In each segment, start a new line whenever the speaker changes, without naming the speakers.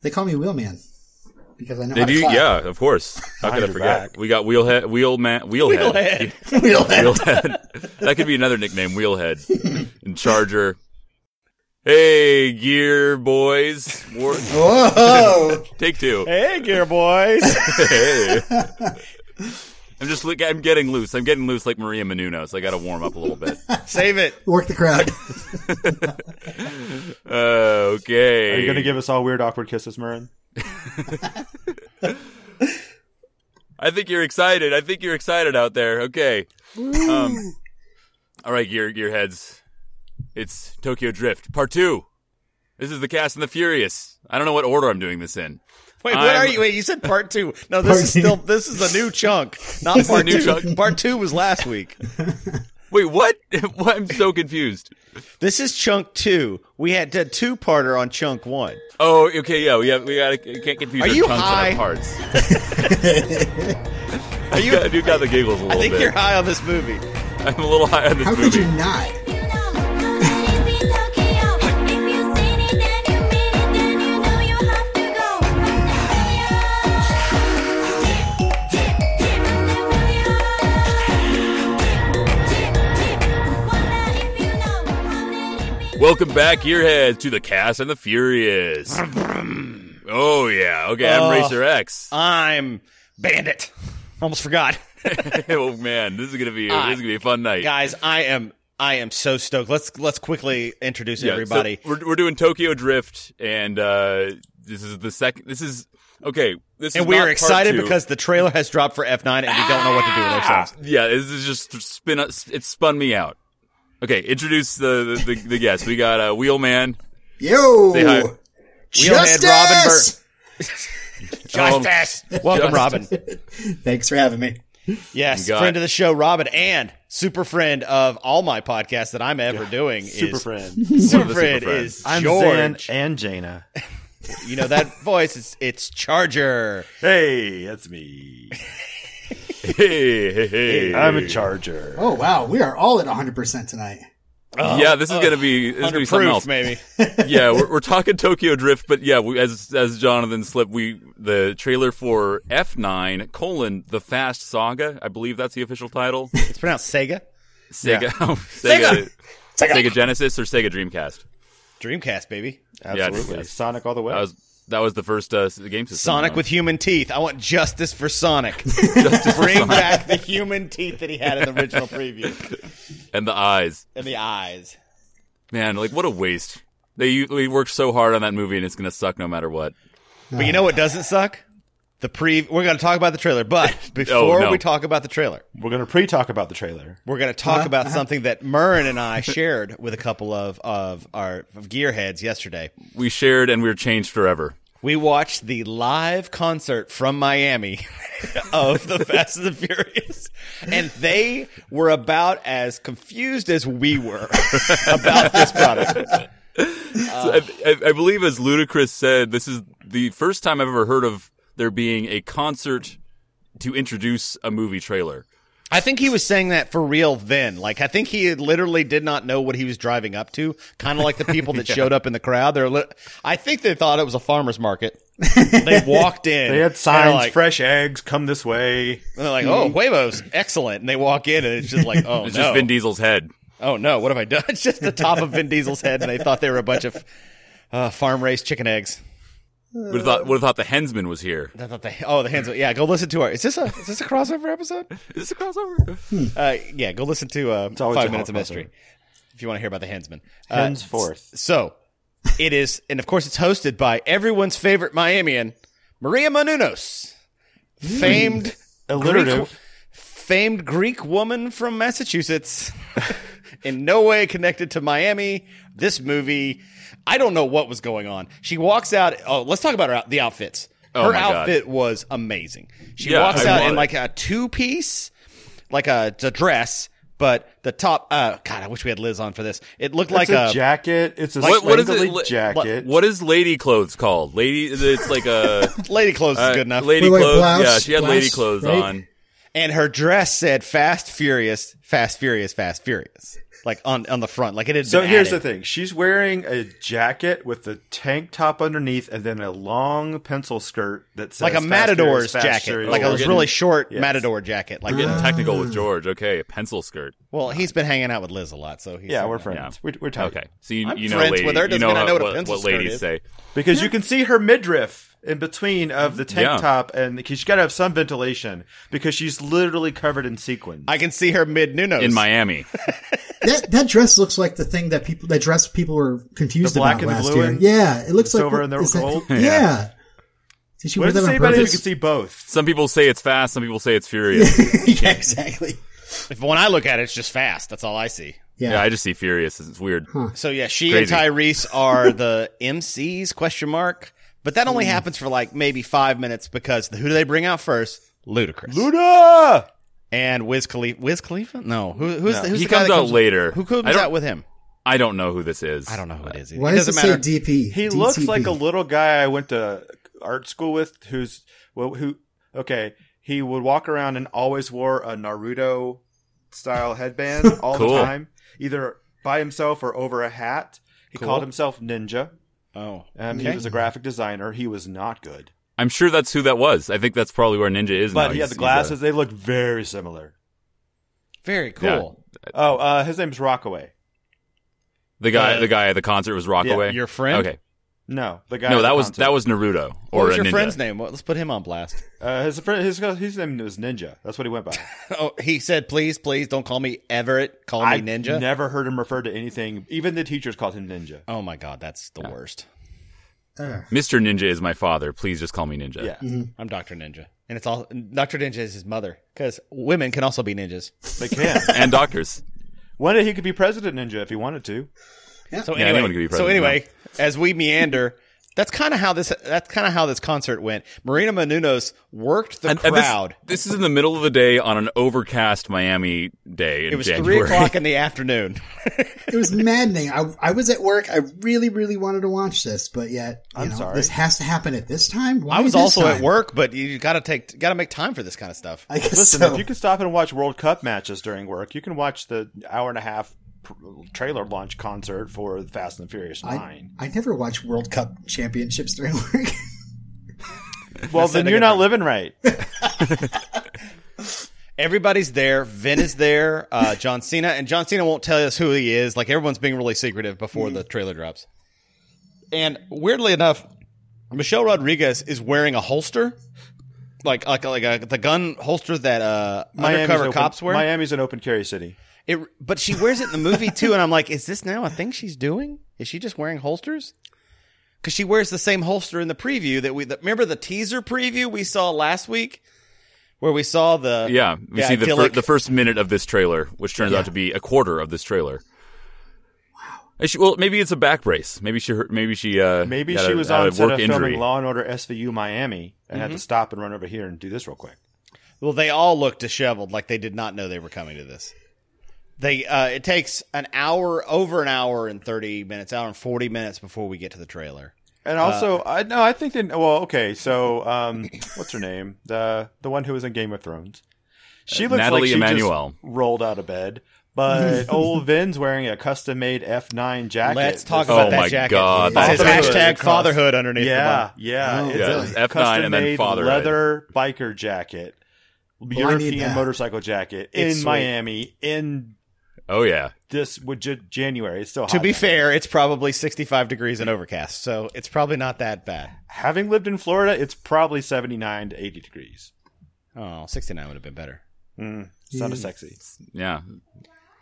They call me Wheelman because I know
They
how
do,
to clap.
yeah, of course. How could I
Behind your
forget?
back.
We got wheelhead, wheelman, wheelhead,
Wheelhead.
Wheelman.
wheelhead. that could be another nickname, wheelhead and charger. Hey, gear boys, War-
Whoa!
take two.
Hey, gear boys.
Hey. I'm just look. I'm getting loose. I'm getting loose like Maria Menounos. I got to warm up a little bit.
Save it.
Work the crowd.
Uh, okay.
Are you going to give us all weird, awkward kisses, Marin?
I think you're excited. I think you're excited out there. Okay. Um, all right, gear gearheads. It's Tokyo Drift Part Two. This is the Cast and the Furious. I don't know what order I'm doing this in.
Wait, what
I'm-
are you? Wait, you said part two. No, this
Part
is
two.
still this is a new chunk, not part
new
two.
chunk.
Part two was last week.
Wait, what? What? I'm so confused.
This is chunk two. We had a two parter on chunk one.
Oh, okay, yeah, we have, we gotta can't confuse
Are
our
you
chunks
high?
and our parts. Are you? I do got the giggles a little
I think
bit.
you're high on this movie.
I'm a little high on this
How
movie.
could you not?
Welcome back, gearheads, to the Cast and the Furious. oh yeah, okay. I'm
Oh.
Racer X.
I'm Bandit. Almost forgot,
oh man, this is gonna be this is gonna be a fun night.
guys. I am I am so stoked. Let's let's quickly introduce
Yeah, so
everybody.
we're, we're doing Tokyo Drift, and uh, this is the second. This is okay. This is
and we
not
are
part
excited
two.
because the trailer has dropped for F9, and we don't know what to do with ourselves.
yeah, this is just spin. It spun me out. Okay, introduce the the, the, the guests. We got uh, Wheelman.
Yo!
Say hi.
Wheelhead Robin
Justice!
Um,
Justice.
Justice.
Welcome, Robin.
Thanks for having me.
Yes,
You got-
friend of the show, Robin, and super friend of all my podcasts that I'm ever doing.
Super
is,
friend.
One of
Super
the
friend
super friends.
is
I'm Zan
George.
and Jaina.
You know that voice? It's it's Charger.
Hey, that's me.
Hey, hey, hey.
I'm a charger.
Oh, wow. We are all at 100% tonight.
uh,
yeah, this is gonna be this is gonna
Under
be something
proof,
else.
maybe.
yeah, we're, we're talking Tokyo Drift, but yeah, we, as as Jonathan slipped, we the trailer for F nine colon the Fast Saga. I believe that's the official title.
It's pronounced Sega.
Sega, Sega,
Sega!
Sega Genesis or Sega Dreamcast.
Dreamcast, baby.
Absolutely.
yes.
Sonic all the way.
That was that was the first uh, game system.
Sonic
uh,
with human teeth. I want justice for Sonic.
justice for
Bring
Sonic.
back the human teeth that he had in the original preview
and the eyes.
and the eyes.
Man, like what a waste. They they worked so hard on that movie, and it's gonna suck no matter what.
But you know what doesn't suck? The pre. We're going to talk about the trailer, but before
Oh, no.
we talk about the trailer,
We're going to pre talk about the trailer.
We're going to talk
Uh-huh.
about something that Murren and I shared with a couple of of our gearheads yesterday.
We shared, and we were changed forever.
We watched the live concert from Miami of the Fast and the Furious, and they were about as confused as we were about this product.
So I, I, I believe, as Ludacris said, this is the first time I've ever heard of there being a concert to introduce a movie trailer.
I think he was saying that for real then. Like, I think he literally did not know what he was driving up to. Kind of like the people that showed up in the crowd. They're, li- I think they thought it was a farmer's market. They walked in.
They had
They're
signs,
like-
fresh eggs, come this way.
And they're like, "Oh, huevos, excellent!" And they walk in, and it's just like, "Oh
It's
no,
just Vin Diesel's head.
oh no, what have I done?" It's just the top of Vin Diesel's head, and they thought they were a bunch of uh, farm raised chicken eggs.
Would have thought, would have thought the Hensman was here.
I thought they, oh, the hands. Yeah, go listen to our. Is this a is this a crossover episode?
Is this a crossover?
Uh, yeah, go listen to uh,
always
Five
a
Minutes of
crossover.
Mystery if you want to hear about the Hensman. Uh,
Henceforth.
so it is, and of course, it's hosted by everyone's favorite Miamian, Maria Menounos, famed
Alliterative.
famed Greek woman from Massachusetts, in no way connected to Miami. This movie, I don't know what was going on. She walks out. Oh, let's talk about her, out- the outfits.
Oh
her
my God.
outfit was amazing. She
Yeah,
walks
I
out
want
in
it.
like a two piece, like a, it's a dress, but the top. Uh, God, I wish we had Liz on for this. It looked like
it's a,
a.
jacket. It's a
What- what is it?
spangly
Li-
jacket.
What is lady clothes called? Lady, it's like a
Lady clothes
uh,
is good enough.
Lady
Wait, wait,
clothes.
blouse,
yeah, she had lady
blouse,
clothes
right?
on.
and her dress said "Fast Furious, Fast Furious, Fast Furious." like on on the front, like it had.
So
been
here's the
added.
thing: she's wearing a jacket with a tank top underneath, and then a long pencil skirt that says
like a
Fast
matador's
Furious, Fast
jacket,
Furious.
like
Oh,
a
we're
really
getting-
short
Yes.
matador jacket. Like
We're getting technical with George. Okay, a pencil skirt.
well, he's been hanging out with Liz a lot, so he's
yeah, we're
friends.
friends. We're, we're tight.
Okay, so you,
I'm
you know,
friends
lady,
with her,
you
doesn't
know,
mean I know what a
what,
pencil
what
skirt
ladies
is.
say.
because you can see her midriff in between of the tank
Yeah.
top, and because she got to have some ventilation because she's literally covered in sequins.
I can see her mid Nunos
in Miami.
That that dress looks like the thing that people that dress people were confused
The
about
black and the
last
blue
year.
and
yeah, it looks like
silver
what-
and the
is that-
gold?
yeah. Did she
what
wear
does
that
it say
on
about it? if You can
purpose?
see both.
Some people say it's fast. Some people say it's furious. yeah.
yeah, exactly.
If when I look at it, it's just fast. That's all I see.
Yeah.
I just see furious. It's weird.
So yeah, she
Crazy.
and Tyrese are the MCs question mark, but that
Hmm.
only happens for like maybe five minutes because who do they bring out first? Ludacris
Luna.
and Wiz Khalifa. Wiz Khalifa? No, who, who's the, who's
He
the guy
comes
that
out
comes
later.
Who comes
I don't-
out with him?
I don't know who this is.
I don't know who it is. either.
Why
it
does
doesn't
it say
matter.
DP?
He looks
DTP?
like a little guy I went to art school with who's well who okay, he would walk around and always wore a Naruto style headband all
Cool.
the time, either by himself or over a hat. He
Cool.
called himself Ninja.
oh,
Um, He
Okay.
was a graphic designer. He was not good.
I'm sure that's who that was. I think that's probably where Ninja is now.
But he
He's-
had
he's
the
uh, a-
glasses. They looked very similar.
very cool.
Oh, uh, his name's Rockaway.
the guy,
Uh,
the guy at the concert was Rockaway.
Your friend?
Okay.
No, the guy.
No,
at
that
the
was
concert.
that was Naruto or
what was
a
your
ninja.
friend's name? Well, let's put him on blast.
uh, his friend. His, his name was Ninja. That's what he went by.
oh, he said, "Please, please, don't call me Everett. Call
I
me Ninja."
never heard him referred to anything. Even the teachers called him Ninja.
oh my god, that's the worst.
Ugh.
Mr. Ninja is my father. Please just call me Ninja.
Yeah.
I'm Doctor Ninja, and it's all Doctor Ninja is his mother because women can also be ninjas.
They can.
And doctors.
One day he could be president ninja if he wanted to.
So
Yeah,
anyway,
anyone can be
so
president,
anyway, as we meander, that's kind of how this that's kind of how this concert went. Marina Menounos worked the
And this-
crowd.
This, is in the middle of the day on an overcast Miami day in
it was
January.
three o'clock in the afternoon.
It was maddening. I, I was at work. I really, really wanted to watch this, but yet, you
I'm
know,
sorry.
this has to happen at this time. Why
I was
this
also at
time?
work, but you got to take got to make time for this kind of stuff.
I guess
Listen,
so.
if you can stop and watch World Cup matches during work, you can watch the hour and a half pr- trailer launch concert for Fast and the Furious
I,
Nine.
I never watch World Cup championships during work.
well, then you're not living right.
Everybody's there. Vin is there. Uh, John Cena, and John Cena won't tell us who he is. Like everyone's being really secretive before
Mm.
the trailer drops. And weirdly enough, Michelle Rodriguez is wearing a holster, like like like a, the gun holster that uh, undercover
open-
cops wear.
Miami's an open carry city.
It, but she wears it in the movie too, and I'm like, is this now a thing she's doing? Is she just wearing holsters? Because she wears the same holster in the preview that we that, remember the teaser preview we saw last week, where we saw the
Yeah, we see the, fir-
idyllic-
the first minute of this trailer, which turns out to be a quarter of this trailer. Wow. She, well, maybe it's a back brace. Maybe she. hurt- Maybe she. Uh,
Maybe
got
she
a-
was
had a
on set
work
of
injury.
filming Law and Order SVU Miami and had to stop and run over here and do this real quick.
Well, they all look disheveled, like they did not know they were coming to this. They uh, it takes an hour, over an hour and thirty minutes, hour and forty minutes before we get to the trailer.
And also, I no, I think they. Well, okay, so um, what's her name? The the one who was in Game of Thrones. She looks
Natalie
like she
Emanuel.
just rolled out of bed, but old Vin's wearing a custom made F nine jacket.
Let's talk
Oh
about
my
that jacket.
God,
It says
that's-
hashtag fatherhood underneath.
Yeah,
the
yeah,
Oh,
it's
Yeah,
a
it's
F9
custom
and then
made
father
leather biker jacket,
I need
European
that.
motorcycle jacket
It's
in
sweet.
Miami in
Oh yeah.
this would ju- January. It's still
To
hot
be
now.
fair, it's probably sixty-five degrees and overcast, so it's probably not that bad.
having lived in Florida, it's probably seventy nine to eighty degrees.
Oh, 69 would have been better.
Mm, it's not as sexy.
Yeah.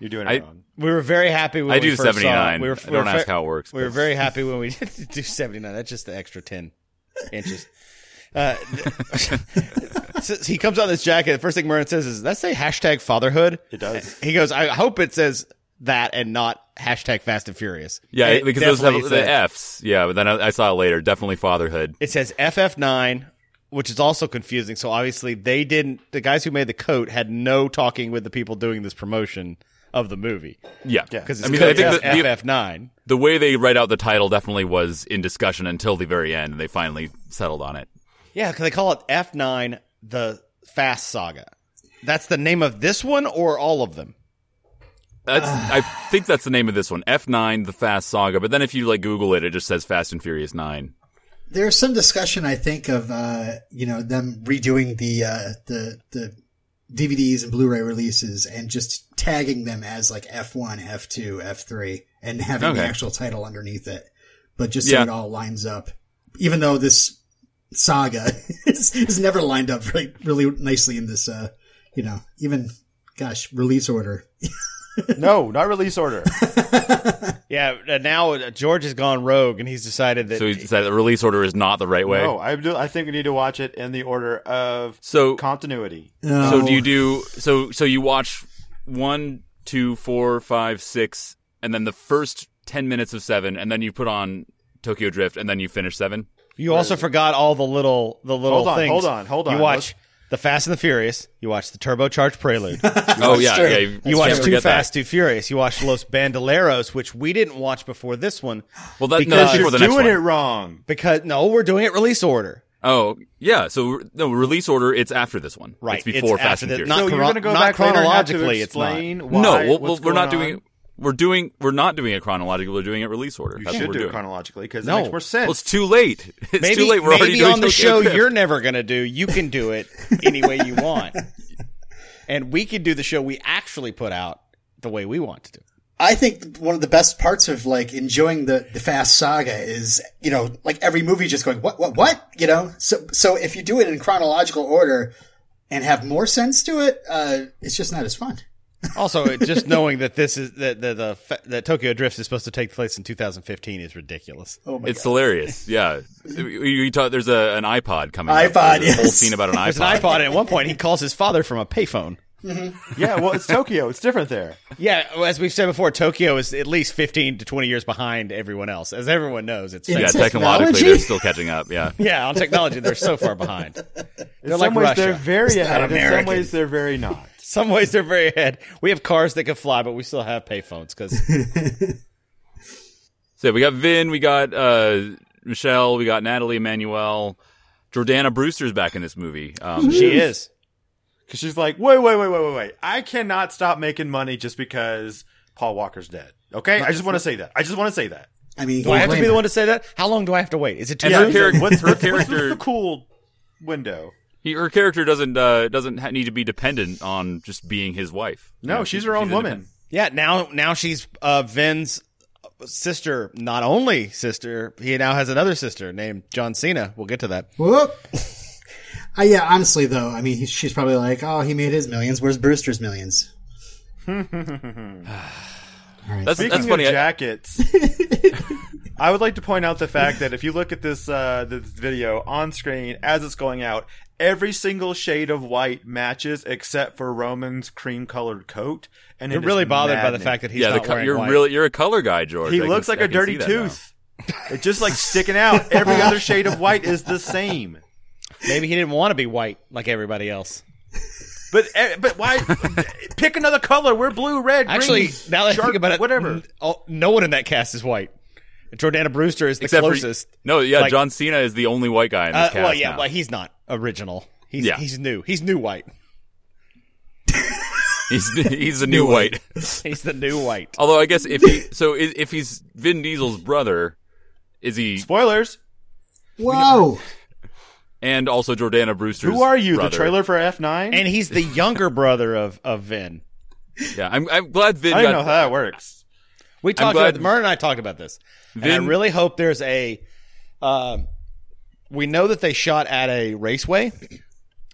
You're doing it
I-
wrong.
We were very happy when
I
we
do
first saw it.
79.
We were,
I don't
we were
ask
fa-
how it works,
We were
but-
very happy when we did do 79. That's just the extra 10 inches. Uh, so he comes on this jacket. The first thing Merlin says is, "That say hashtag fatherhood."
It does.
He goes, "I hope it says that and not hashtag Fast and Furious."
Yeah,
And it
because those have
definitely
the
says-
Fs. Yeah, but then I, I saw it later. Definitely fatherhood.
It says FF9, which is also confusing. So obviously they didn't. The guys who made the coat had no talking with the people doing this promotion of the movie
Yeah.
Yeah.
because
I
it's
mean, I think
coded
the, the,
as FF9.
the way they write out the title definitely was in discussion until the very end, and they finally settled on it.
Yeah, because they call it F9 the Fast Saga. That's the name of this one or all of them?
That's, I think that's the name of this one, F9, the Fast Saga. But then if you like Google it, it just says Fast and Furious 9.
There's some discussion, I think, of uh, you know them redoing the uh, the the DVDs and Blu-ray releases and just tagging them as like F1, F2, F3, and having the
Okay.
actual title underneath it, but just so
Yeah.
it all lines up. Even though this saga is, is never lined up right, really nicely in this, uh, you know, even gosh, release order.
No, not release order.
Yeah, uh, now uh, George has gone rogue and he's decided that
So he said the release order is not the right way.
No, I do. I think we need to watch it in the order of
So
continuity.
So
No.
do you do so? So you watch one, two, four, five, six, and then the first ten minutes of seven, and then you put on Tokyo Drift, and then you finish seven.
you also forgot all the little the little
Hold on,
things.
hold on, hold on.
You watch The Fast and the Furious, you watch The Turbocharged Prelude.
oh yeah,
true.
yeah. You,
You
you
watch
can't
Too
forget that.
Fast, Too Furious. You watch Los Bandoleros, which we didn't watch before this one
Well, that, no,
Because
that's
you're
for Uh, the next
Doing
one.
it wrong.
because no, we're doing it release order.
Oh yeah. So re- no release order. It's after this one.
Right,
It's before
it's
Fast
after
and
the-
Furious.
not
so you're
chron-
going to go
not
back later and have to
chronologically, it's not.
explain Why,
no, well, well,
what's
we're not
going
doing.
on.
it. We're doing. We're not doing it chronologically. We're doing it release order.
You
that's
should
what
do
we're
it
doing.
chronologically because
No.
it makes more sense.
well, it's too late. It's
Maybe,
too late. We're already
maybe
doing
on the
Tokyo
show
Drift.
you're never going to do. You can do it any way you want, and we can do the show we actually put out the way we want to do. it.
I think one of the best parts of like enjoying the, the fast saga is, you know, like every movie just going, what, what, what? You know? So, so if you do it in chronological order and have more sense to it, uh, it's just not as fun.
Also, it- just knowing that this is that the, the fa- that Tokyo Drift is supposed to take place in 2015 is ridiculous.
Oh my
It's hilarious. Yeah, you, you talk, there's a, an iPod coming. up.
iPod,
There's a whole
yes.
scene about an
There's an
iPod.
iPod, and at one point he calls his father from a payphone.
yeah, well, it's Tokyo. It's different there.
Yeah, well, as we've said before, Tokyo is at least 15 to 20 years behind everyone else. As everyone knows, it's
yeah,
It's
technologically
technology.
they're still catching up. Yeah,
yeah, on technology they're so far behind.
In
They're
some
like
ways,
Russia.
they're very ahead. In some
American.
ways, they're very not.
Some ways they're very ahead. We have cars that can fly, but we still have payphones because
so we got Vin, we got uh, Michelle, we got Natalie, Emmanuel, Jordana Brewster's back in this movie. Um,
she is.
Because she's like, wait, wait, wait, wait, wait, wait. I cannot stop making money just because Paul Walker's dead. Okay, I just want to say that. I just want to say that.
I mean,
Do I have to be the one to say that? How long do I have to wait? Is it too
And
long?
her character,
What's
her
what's the
character,
cool window?
he, her character doesn't uh, doesn't ha- need to be dependent on just being his wife. You
No,
know,
she's
she-
her own woman.
independent.
Yeah, now now she's uh, Vin's sister. Not only sister, he now has another sister named John Cena. We'll get to that.
Whoop. Uh, yeah, honestly though, I mean, he, she's probably like, oh, he made his millions. Where's Brewster's millions?
That's,
Speaking
that's funny.
of
I-
jackets, I would like to point out the fact that if you look at this uh, this video on screen as it's going out, every single shade of white matches except for Roman's cream colored coat, and
You're
it is
really bothered by the
maddening.
fact that he's
yeah, the
not
co-
wearing
you're
white.
really you're a color guy, George.
he
I can-
looks like
I
a
can see
dirty
that now.
tooth. It's just like sticking out. Every other shade of white is the same.
Maybe he didn't want to be white like everybody else.
But eh, but why pick another color? We're blue, red, green,
Actually, now that I
shark,
think about it,
whatever.
n- all- no one in that cast is white. Jordana Brewster is the
Except
closest.
for no, yeah,
Like-
John Cena is the only white guy in this
uh,
cast.
well, yeah,
now.
well, he's not original. He's
Yeah.
he's new. He's new white.
he's he's a new white.
He's the new white.
Although I guess if he so i- if he's Vin Diesel's brother, is he
Spoilers.
Whoa.
and also Jordana Brewster's
Who are you? The
brother.
trailer for F nine?
And he's the younger brother of of Vin.
Yeah, I'm I'm glad Vin
I don't know how
got
that works.
We talked
glad-
about Myrna and I talked about this. and I
Vin-
really hope there's a. Um, we know that they shot at a raceway.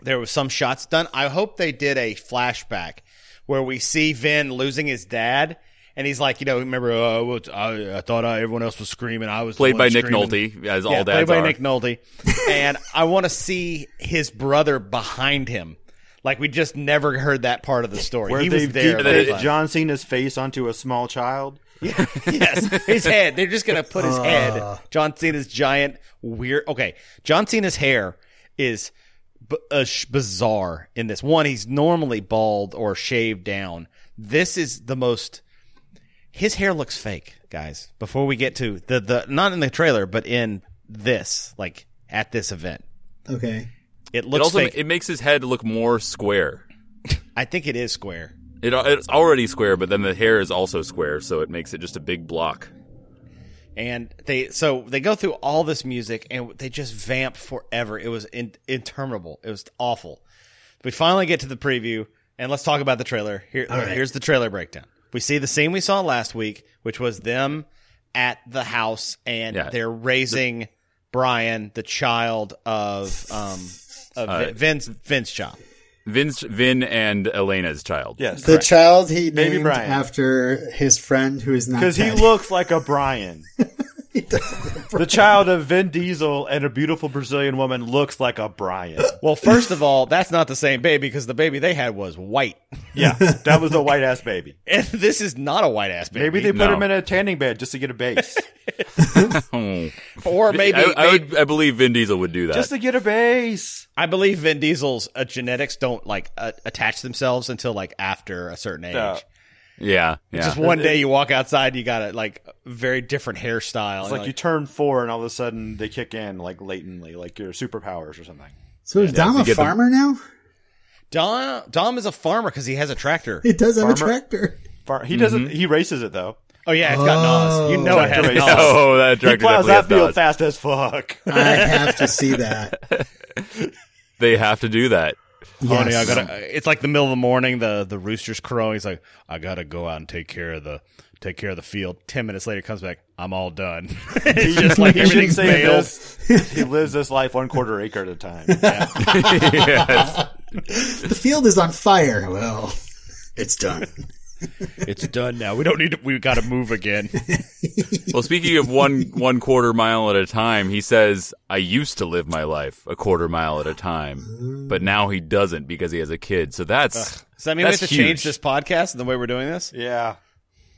There was some shots done. I hope they did a flashback where we see Vin losing his dad, and he's like, you know, remember? Uh, what- I, I thought I, everyone else was screaming. I was the
played
one
by Nick
screaming."
Nolte as
yeah,
all dads
played
are.
by Nick Nolte. and I want to see his brother behind him. Like we just never heard that part of the story.
Where
he
they
was there.
deep
but
fake
it-
John Cena's face onto a small child.
yes, his head. They're just gonna put his head. John Cena's giant weird. Okay, John Cena's hair is b- uh, sh- bizarre in this one. He's normally bald or shaved down. This is the most. His hair looks fake, guys. Before we get to the the not in the trailer, but in this, like at this event,
Okay.
it looks
It also
fake.
it makes his head look more square.
I think it is square.
It, it's already square, but then the hair is also square, so it makes it just a big block.
and they so they go through all this music and they just vamp forever it was in, interminable it was awful we finally get to the preview and let's talk about the trailer here
All right.
here's the trailer breakdown we see the scene we saw last week which was them at the house and
Yeah.
they're raising brian the child of um of Vin- vince vince child
Vin's, Vin and Elena's child.
Yes.
The child he
Baby
named
Brian.
after his friend who is not
Because he
dead.
looks like a Brian.
He doesn't-
the child of Vin Diesel and a beautiful Brazilian woman looks like a Brian.
well first of all that's not the same baby because the baby they had was white
Yeah, that was a white ass baby.
and this is not a white ass baby
Maybe they put
No.
him in a tanning bed just to get a base.
Hmm.
or maybe
I, I
maybe-
would, I believe Vin Diesel would do that.
just to get a base.
I believe Vin Diesel's uh, genetics don't like uh, attach themselves until like after a certain age.
No.
yeah, yeah.
Just one day you walk outside, and you got a like very different hairstyle.
It's
and,
like, you turn four and all of a sudden they kick in like latently, like your superpowers or something.
so is Dom
you
a
get the-
farmer now?
Dom, Dom is a farmer because he has a tractor.
He does have a
Farmer.
tractor.
Far- He doesn't. He races it though.
Oh yeah, it's got Nas. You know it has
Tractor
Nas.
race.
oh, that
He
director
plows
definitely
that
has
field
thoughts.
fast as fuck.
I have to see that.
They have to do that.
Yes.
Honey, I gotta. uh, It's like the middle of the morning. The the rooster's crowing. He's like, I gotta go out and take care of the take care of the field. Ten minutes later, comes back. I'm all done. it's just like
He should
everything's
say
bailed.
this. He lives this life one quarter acre at a time.
Yes.
the field is on fire. Well, it's done.
It's done now. We don't need. To, we got to move again.
Well, speaking of one one quarter mile at a time, he says, "I used to live my life a quarter mile at a time, but now he doesn't because he has a kid." So that's
Does that mean
that's
we have to
huge.
change this podcast and the way we're doing this?
Yeah,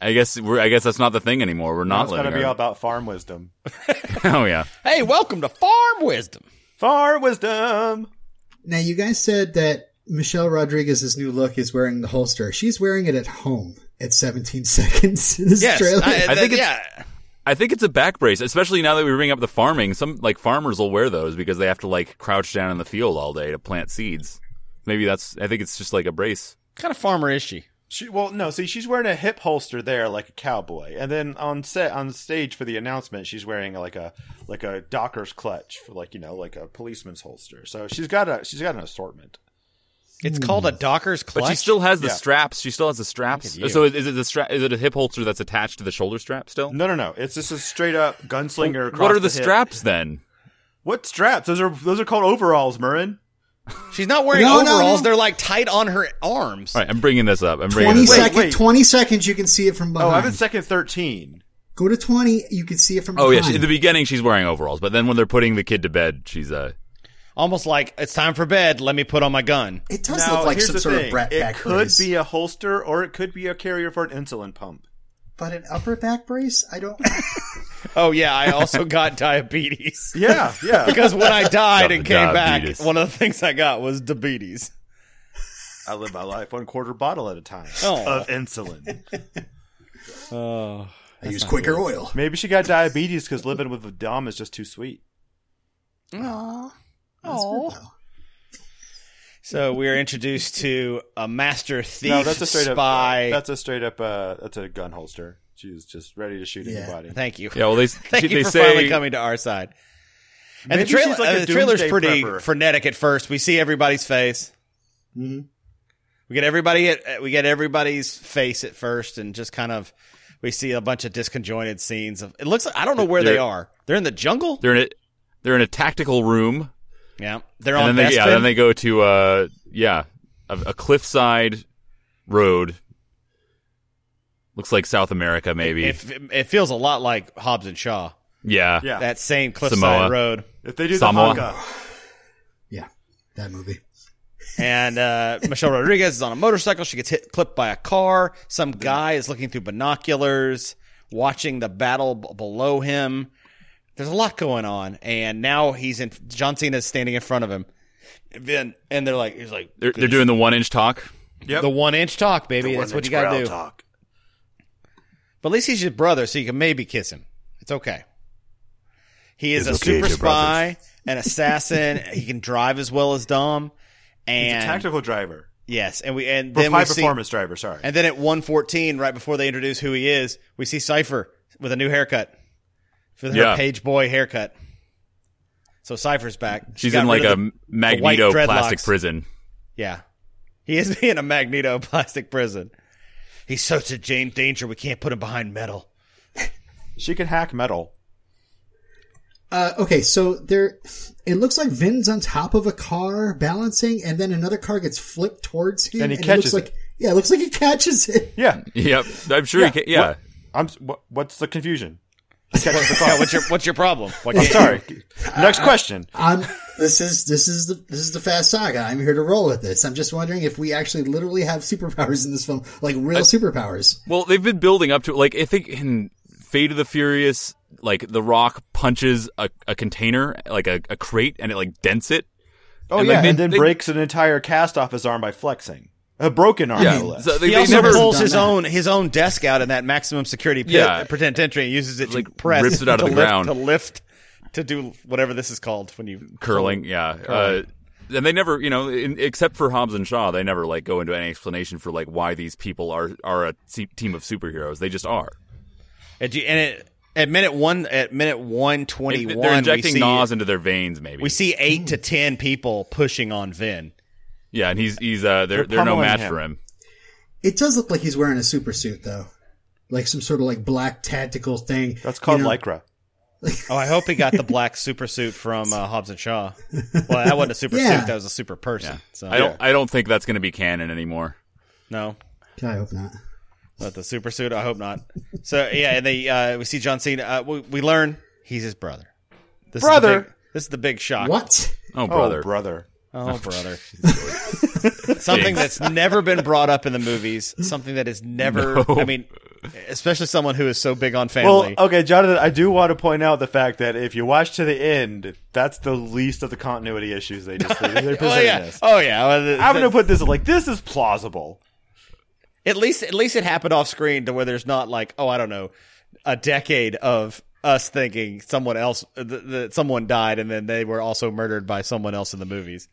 I guess we're, I guess that's not the thing anymore. We're not
it's gonna
living.
be all
our-
about farm wisdom.
oh yeah,
Hey, welcome to Farm Wisdom.
Farm wisdom.
Now, you guys said that Michelle Rodriguez's new look is wearing the holster. She's wearing it at home at 17 seconds in this
Yes,
trailer.
I,
think
think
it's-
yeah.
I think it's a back brace, especially now that we bring up the farming. Some like farmers will wear those because they have to like crouch down in the field all day to plant seeds. Maybe that's. I think it's just like a brace.
What kind of farmer is she?
She, well, no. See, she's wearing a hip holster there, like a cowboy, and then on set, on stage for the announcement, she's wearing like a like a docker's clutch for like you know like a policeman's holster. So she's got a she's got an assortment.
It's called a Docker's clutch.
But she still has the
Yeah.
straps. She still has the straps.
Look at you.
So is, is it the strap? Is it a hip holster that's attached to the shoulder strap still?
No, no, no. It's just a straight up gunslinger. across
What are the
hip.
straps then?
What straps? Those are those are called overalls, Murren.
She's not wearing
No, no,
overalls.
no.
They're like tight on her arms.
All right, I'm bringing this up. I'm bringing
20,
this up.
second-
wait.
20 seconds, you can see it from
Oh,
behind.
I'm at second thirteen.
Go to 20, you can see it from
Oh yeah,
behind.
she- in the beginning she's wearing overalls, but then when they're putting the kid to bed, she's uh
Almost like it's time for bed. Let me put on my gun.
it does
Now,
look like
here's
some
the
sort
thing.
of brat
It
back
could
brace.
be a holster, or it could be a carrier for an insulin pump.
but an upper back brace? I don't.
Oh yeah, I also got diabetes
Yeah, yeah.
because when I died and came
Diabetes.
back, one of the things I got was diabetes.
I live my life one quarter bottle at a time
Oh.
of insulin.
Oh,
I use quicker oil.
Maybe she got diabetes because living with a dom is just too sweet.
Aww.
so we are introduced to a master thief,
no, that's a straight
spy.
up. That's a straight up. Uh, that's a gun holster. She's just ready to shoot
Yeah.
anybody.
Thank you.
yeah. Well, they
Thank
they
you for finally
say
coming to our side. And the,
Maybe
trail-
she's like
uh,
a
the trailer's
doomsday
pretty
prepper.
frenetic at first. We see everybody's face.
Mm-hmm.
Mhm.
We get everybody at, uh, we get everybody's face at first, and just kind of we see a bunch of disconjointed scenes. Of it looks like I don't know where
They're-
they are. They're in the jungle.
they're in a they're in a tactical room,
yeah, they're on
and then they, yeah,
Bespin.
then they go to uh yeah a, a cliffside road. Looks like South America, maybe.
If- it, feels a lot like Hobbs and Shaw.
yeah,
Yeah.
That same cliffside
Samoa.
road.
If they do
Samoa.
the haka,
Yeah, that movie.
and uh, Michelle Rodriguez is on a motorcycle. She gets hit, clipped by a car. Some guy is looking through binoculars, watching the battle b- below him. There's a lot going on, and now he's in. John Cena's standing in front of him. Then and they're like, he's like,
they're, they're doing the one inch talk.
Yep.
the one inch talk, baby. That's what you gotta do.
Talk.
But at least he's your brother, so you can maybe kiss him. It's okay. He is
It's
a
okay,
super
dear
spy, an assassin. he can drive as well as Dom,
He's
and
a tactical driver.
Yes, and we and
Then
then we
high
see,
performance driver, sorry.
and then at 114, right before they introduce who he is, we see Cipher with a new haircut, with her
Yeah.
page boy haircut. So Cipher's back. She
She's
got
in
rid
like a
of the- the white
magneto plastic
dreadlocks.
prison.
Yeah. He is in a magneto plastic prison. He's such a Jane danger. We can't put him behind metal.
She can hack metal.
Uh, okay, so there, it looks like Vin's on top of a car balancing, and then another car gets flipped towards him,
And he
it looks
catches
like yeah, it looks like he catches it.
Yeah.
Yep, I'm sure. he can, yeah.
What, I'm, s- what, what's the confusion? She catches the car.
Yeah, what's your what's your problem? Why
I'm
can't-
sorry. Next question.
I'm this is this is the this is the Fast Saga. I'm here to roll with this. I'm just wondering if we actually literally have superpowers in this film, like real superpowers.
Well, they've been building up to like I think in Fate of the Furious, like The Rock punches a, a container, like a, a crate, and it like dents it.
Oh
And,
yeah,
like, they-
and then
they-
breaks an entire cast off his arm by flexing a broken arm. no less.
so they,
He
they
also
never
pulls
done
his
that.
own his own desk out in that maximum security pit,
Yeah.
pretend entry and uses it to
Like,
press
rips it out
to
of the
lift,
ground.
to lift to do whatever this is called when you
curling. Yeah. Uh, and they never, you know, in, except for Hobbs and Shaw, they never like go into any explanation for like why these people are are a se- team of superheroes. They just are.
And, you, and it, at minute one at minute one twenty
They-
one
They're injecting
we see,
gnaws into their veins, maybe.
we see eight to ten people pushing on Vin.
yeah, and he's he's uh, they're
They're
they're no
pummeling
match
him.
for him.
It does look like he's wearing a super suit though, like some sort of like black tactical thing.
That's called
you know?
lycra.
Oh, I hope he got the black super suit from uh, Hobbs and Shaw. Well, that wasn't a super
Yeah.
suit; that was a super person. So
I don't I don't think that's going to be canon anymore.
no.
I hope not.
But the super suit, I hope not. So yeah, and they uh, we see John Cena. Uh, we, we learn he's his brother. This Is
Brother?
the big, this is the big shock.
What?
Oh brother,
Oh, brother.
Oh, brother. something that's never been brought up in the movies. Something that is never.
No.
I mean, especially someone who is so big on
Well,
family.
uh,
okay, Jonathan, I do want to point out the fact that if you watch to the end, that's the least of the continuity issues they just they're presenting
oh yeah.
us.
Oh yeah. Well, the-
I'm going to put this like this is plausible.
At least, at least it happened off screen to where there's not like, oh, I don't know, a decade of us thinking someone else, th- that someone died, and then they were also murdered by someone else in the movies.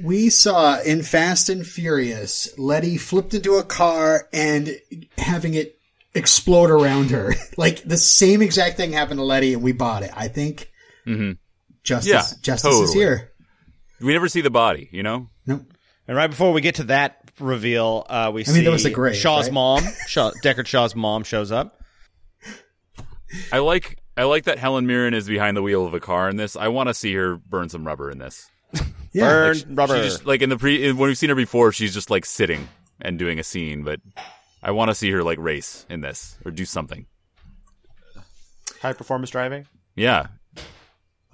We saw in Fast and Furious Letty flipped into a car and having it explode around her. like the same exact thing happened to Letty, and we bought it. I think justice
Mm-hmm. Yeah,
justice is
totally.
here.
we never see the body. You know,
Nope.
And right before we get to that reveal, uh, we
mean,
see
there was a grave,
Shaw's
right?
mom, Shaw, Deckard Shaw's mom, shows up.
I like I like that Helen Mirren is behind the wheel of a car in this. I want to see her burn some rubber in this.
Yeah.
Burn rubber.
She just like in the pre in- when we've seen her before, she's just like sitting and doing a scene, but I want to see her like race in this or do something.
High performance driving.
Yeah,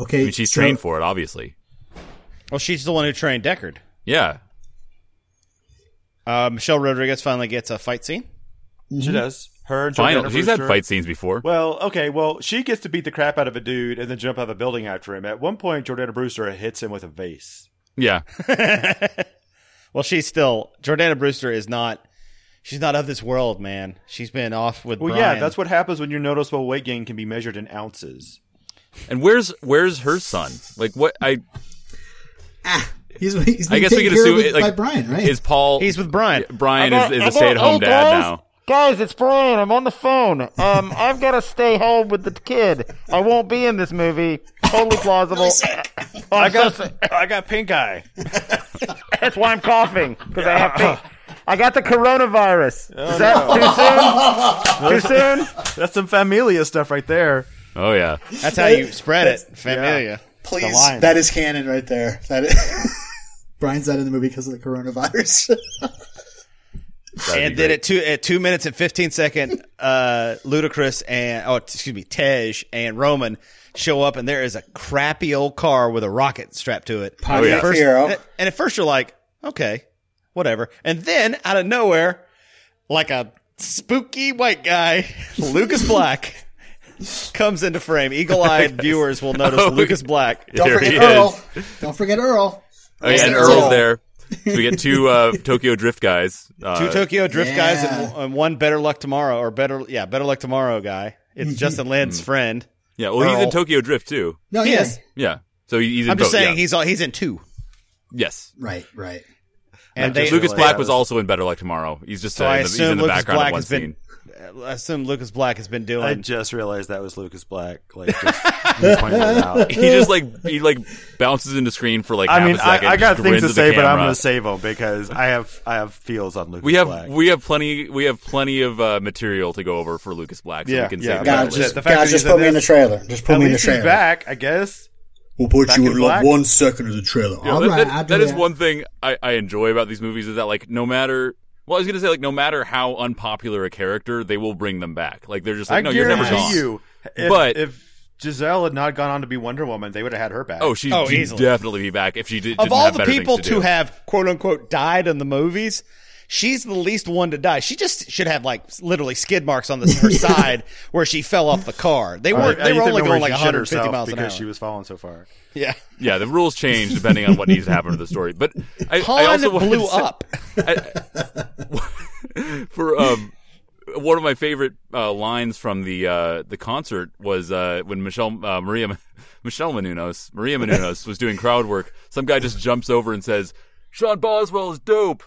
Okay.
I mean she's
so-
trained for it, obviously.
well, she's the one who trained Deckard.
Yeah,
Uh, Michelle Rodriguez finally gets a fight scene.
She does. Her and
Mm-hmm. final.
Jordana
She's had
Brewster-
fight scenes before.
Well, okay, well, she gets to beat the crap out of a dude and then jump out of a building after him. At one point, Jordana Brewster hits him with a vase.
Yeah,
Well, she's still Jordana Brewster is not. She's not of this world, man. She's been off with.
Well,
Brian.
yeah, that's what happens when your noticeable weight gain can be measured in ounces.
and where's where's her son? Like what I
Ah, he's, he's
I
I
guess we
taken
can
care
assume
of
it, like
by Brian, right?
is Paul.
he's with Brian.
Brian is, is a stay at home dad now.
Guys, it's Brian. I'm on the phone. Um, I've got to stay home with the kid. I won't be in this movie. Totally plausible. I got,
I got pink eye.
that's why I'm coughing because I have pink. I got the coronavirus.
Oh,
Is that too soon? too soon?
That's some familia stuff right there.
Oh yeah,
That's how you spread it, familia.
Please,
the line.
that is canon right there. That is, Brian's not in the movie because of the coronavirus.
That'd be
And then
great.
at two at two minutes and fifteen second, uh, Ludacris and oh excuse me, Tej and Roman show up, and there is a crappy old car with a rocket strapped to it.
Pontiac
First-
Fiero.
and at first you're like, okay, whatever. And then out of nowhere, like a spooky white guy, Lucas Black. Comes into frame. Eagle-eyed viewers will notice
Oh,
Lucas Black.
Don't
There
forget
he
Earl. Don't forget Earl.
Oh, yeah, and
Earl.
Earl's there. So we get two uh, Tokyo Drift guys. Uh,
Two Tokyo Drift
yeah.
guys and, and one Better Luck Tomorrow or better yeah Better Luck Tomorrow guy. It's Justin Lin's friend.
yeah, well, he's in
Earl.
Tokyo Drift too.
No,
He
yeah.
is.
Yeah, so he- he's in
I'm just
both,
saying
yeah.
he's all, he's in two.
yes.
Right, right.
And they,
Lucas
Really,
Black
that
was also in Better Luck Tomorrow. He's just
so
uh,
I
in the, he's in
assume
the
Lucas
background of
Black
one
has
scene.
been. I assume Lucas Black has been
I
doing.
just realized that was Lucas Black. Like, just you pointed it out.
he just like he like bounces into screen for like.
I
half
mean,
a second,
I, I got
just
things
grins
to
at the
say, but I'm
camera.
going to save them because I have I have feels on Lucas.
We have
Black.
we have plenty we have plenty of uh, material to go over for Lucas Black. So
Yeah,
we can
yeah,
save
got
that
God,
it.
later.
just,
The fact
God,
that
just
he's
put
in
me in the
this-
trailer. Just put
At
me in the
least he's
trailer.
back, I guess.
We'll put
Back
you
in
in like
black.
one second of the trailer.
Yeah,
All
that-
right,
that-
I'll do
that is
that.
one thing I, I enjoy about these movies is that like no matter well I was gonna say like no matter how unpopular a character they will bring them back like they're just like
I
no you're never
guarantee
gone
you, if,
But-
if Giselle had not gone on to be Wonder Woman, they would have had her back.
oh she
Oh,
would
easily.
definitely be back if she did
Of
didn't
all
have
the
better
people
things
to,
to, do.
have quote unquote died in the movies, she's the least one to die. She just should have like literally skid marks on the, her side where she fell off the car. They
I-
were
I
they were
think
only
the
going
way
like
she shit
150
herself
miles an
because
hour.
she was falling so far.
yeah,
yeah the rules change depending on what needs to happen to the story but I, I
Han
also wanted
blew
to say-
up.
for um one of my favorite uh, lines from the uh, the concert was uh, when Michelle uh, Maria Michelle Menounos Maria Menounos was doing crowd work. Some guy just jumps over and says, "Sean Boswell is dope,"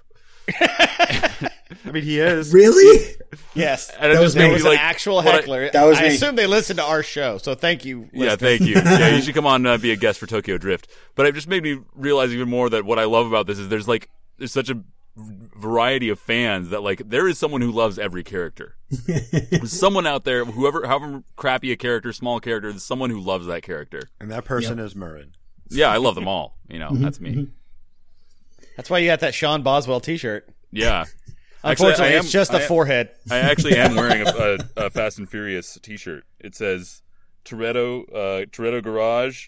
I mean, he is.
Really?
Yes,
and it
That
just
was me.
made
there
me
was
like
an actual
what I-
heckler.
That was
I
me.
assume they listened to our show, so thank you.
yeah,
listeners.
thank you. Yeah, you should come on uh, be a guest for Tokyo Drift. But it just made me realize even more that what I love about this is there's like there's such a variety of fans that like there is someone who loves every character. There's someone out there, whoever, however crappy a character, small character, there's someone who loves that character.
And that person is Murrin.
Yeah, I love them all. You know, that's me.
That's why you got that Sean Boswell T-shirt.
Yeah. Actually, I
Unfortunately,
am-
it's just a
I-
forehead.
I actually am wearing a, a, a Fast and Furious T-shirt. It says Toretto, uh, Toretto Garage,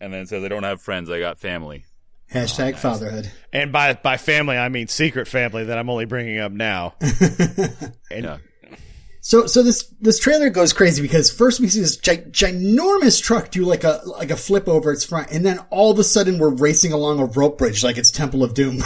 and then it says I don't have friends, I got family.
Hashtag fatherhood.
And by by family, I mean secret family that I'm only bringing up now. and
Yeah.
So, so this this trailer goes crazy because first we see this gi- ginormous truck do like a like a flip over its front, and then all of a sudden we're racing along a rope bridge like it's Temple of Doom.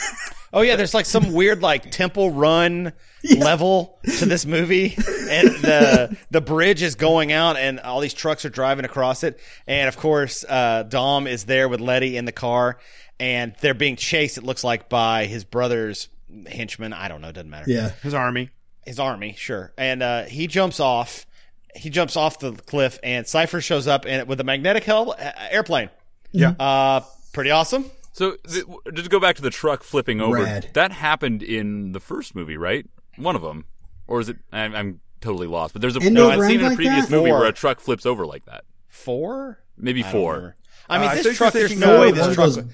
oh yeah, there's like some weird like temple run level to this movie, and the the bridge is going out, and all these trucks are driving across it, and of course, uh, Dom is there with Letty in the car, and they're being chased. It looks like by his brother's henchman. I don't know. Doesn't matter.
yeah,
His army.
his army, sure. And uh, he jumps off. He jumps off the cliff, and Cipher shows up and with a magnetic hel- uh, airplane.
Yeah.
Uh, pretty awesome.
So th- just go back to the truck flipping over.
Rad.
That happened in the first movie, right? One of them, or is it? I'm, I'm totally lost. But there's a
End
no.
of
I've
Round
seen in a
like
previous
that?
movie
Four.
where a truck flips over like that.
Four,
Maybe
I don't
four.
remember. I mean,
Uh, I
this
think
truck.
you're
There's
thinking
no
of
way
one
this
of
truck.
those-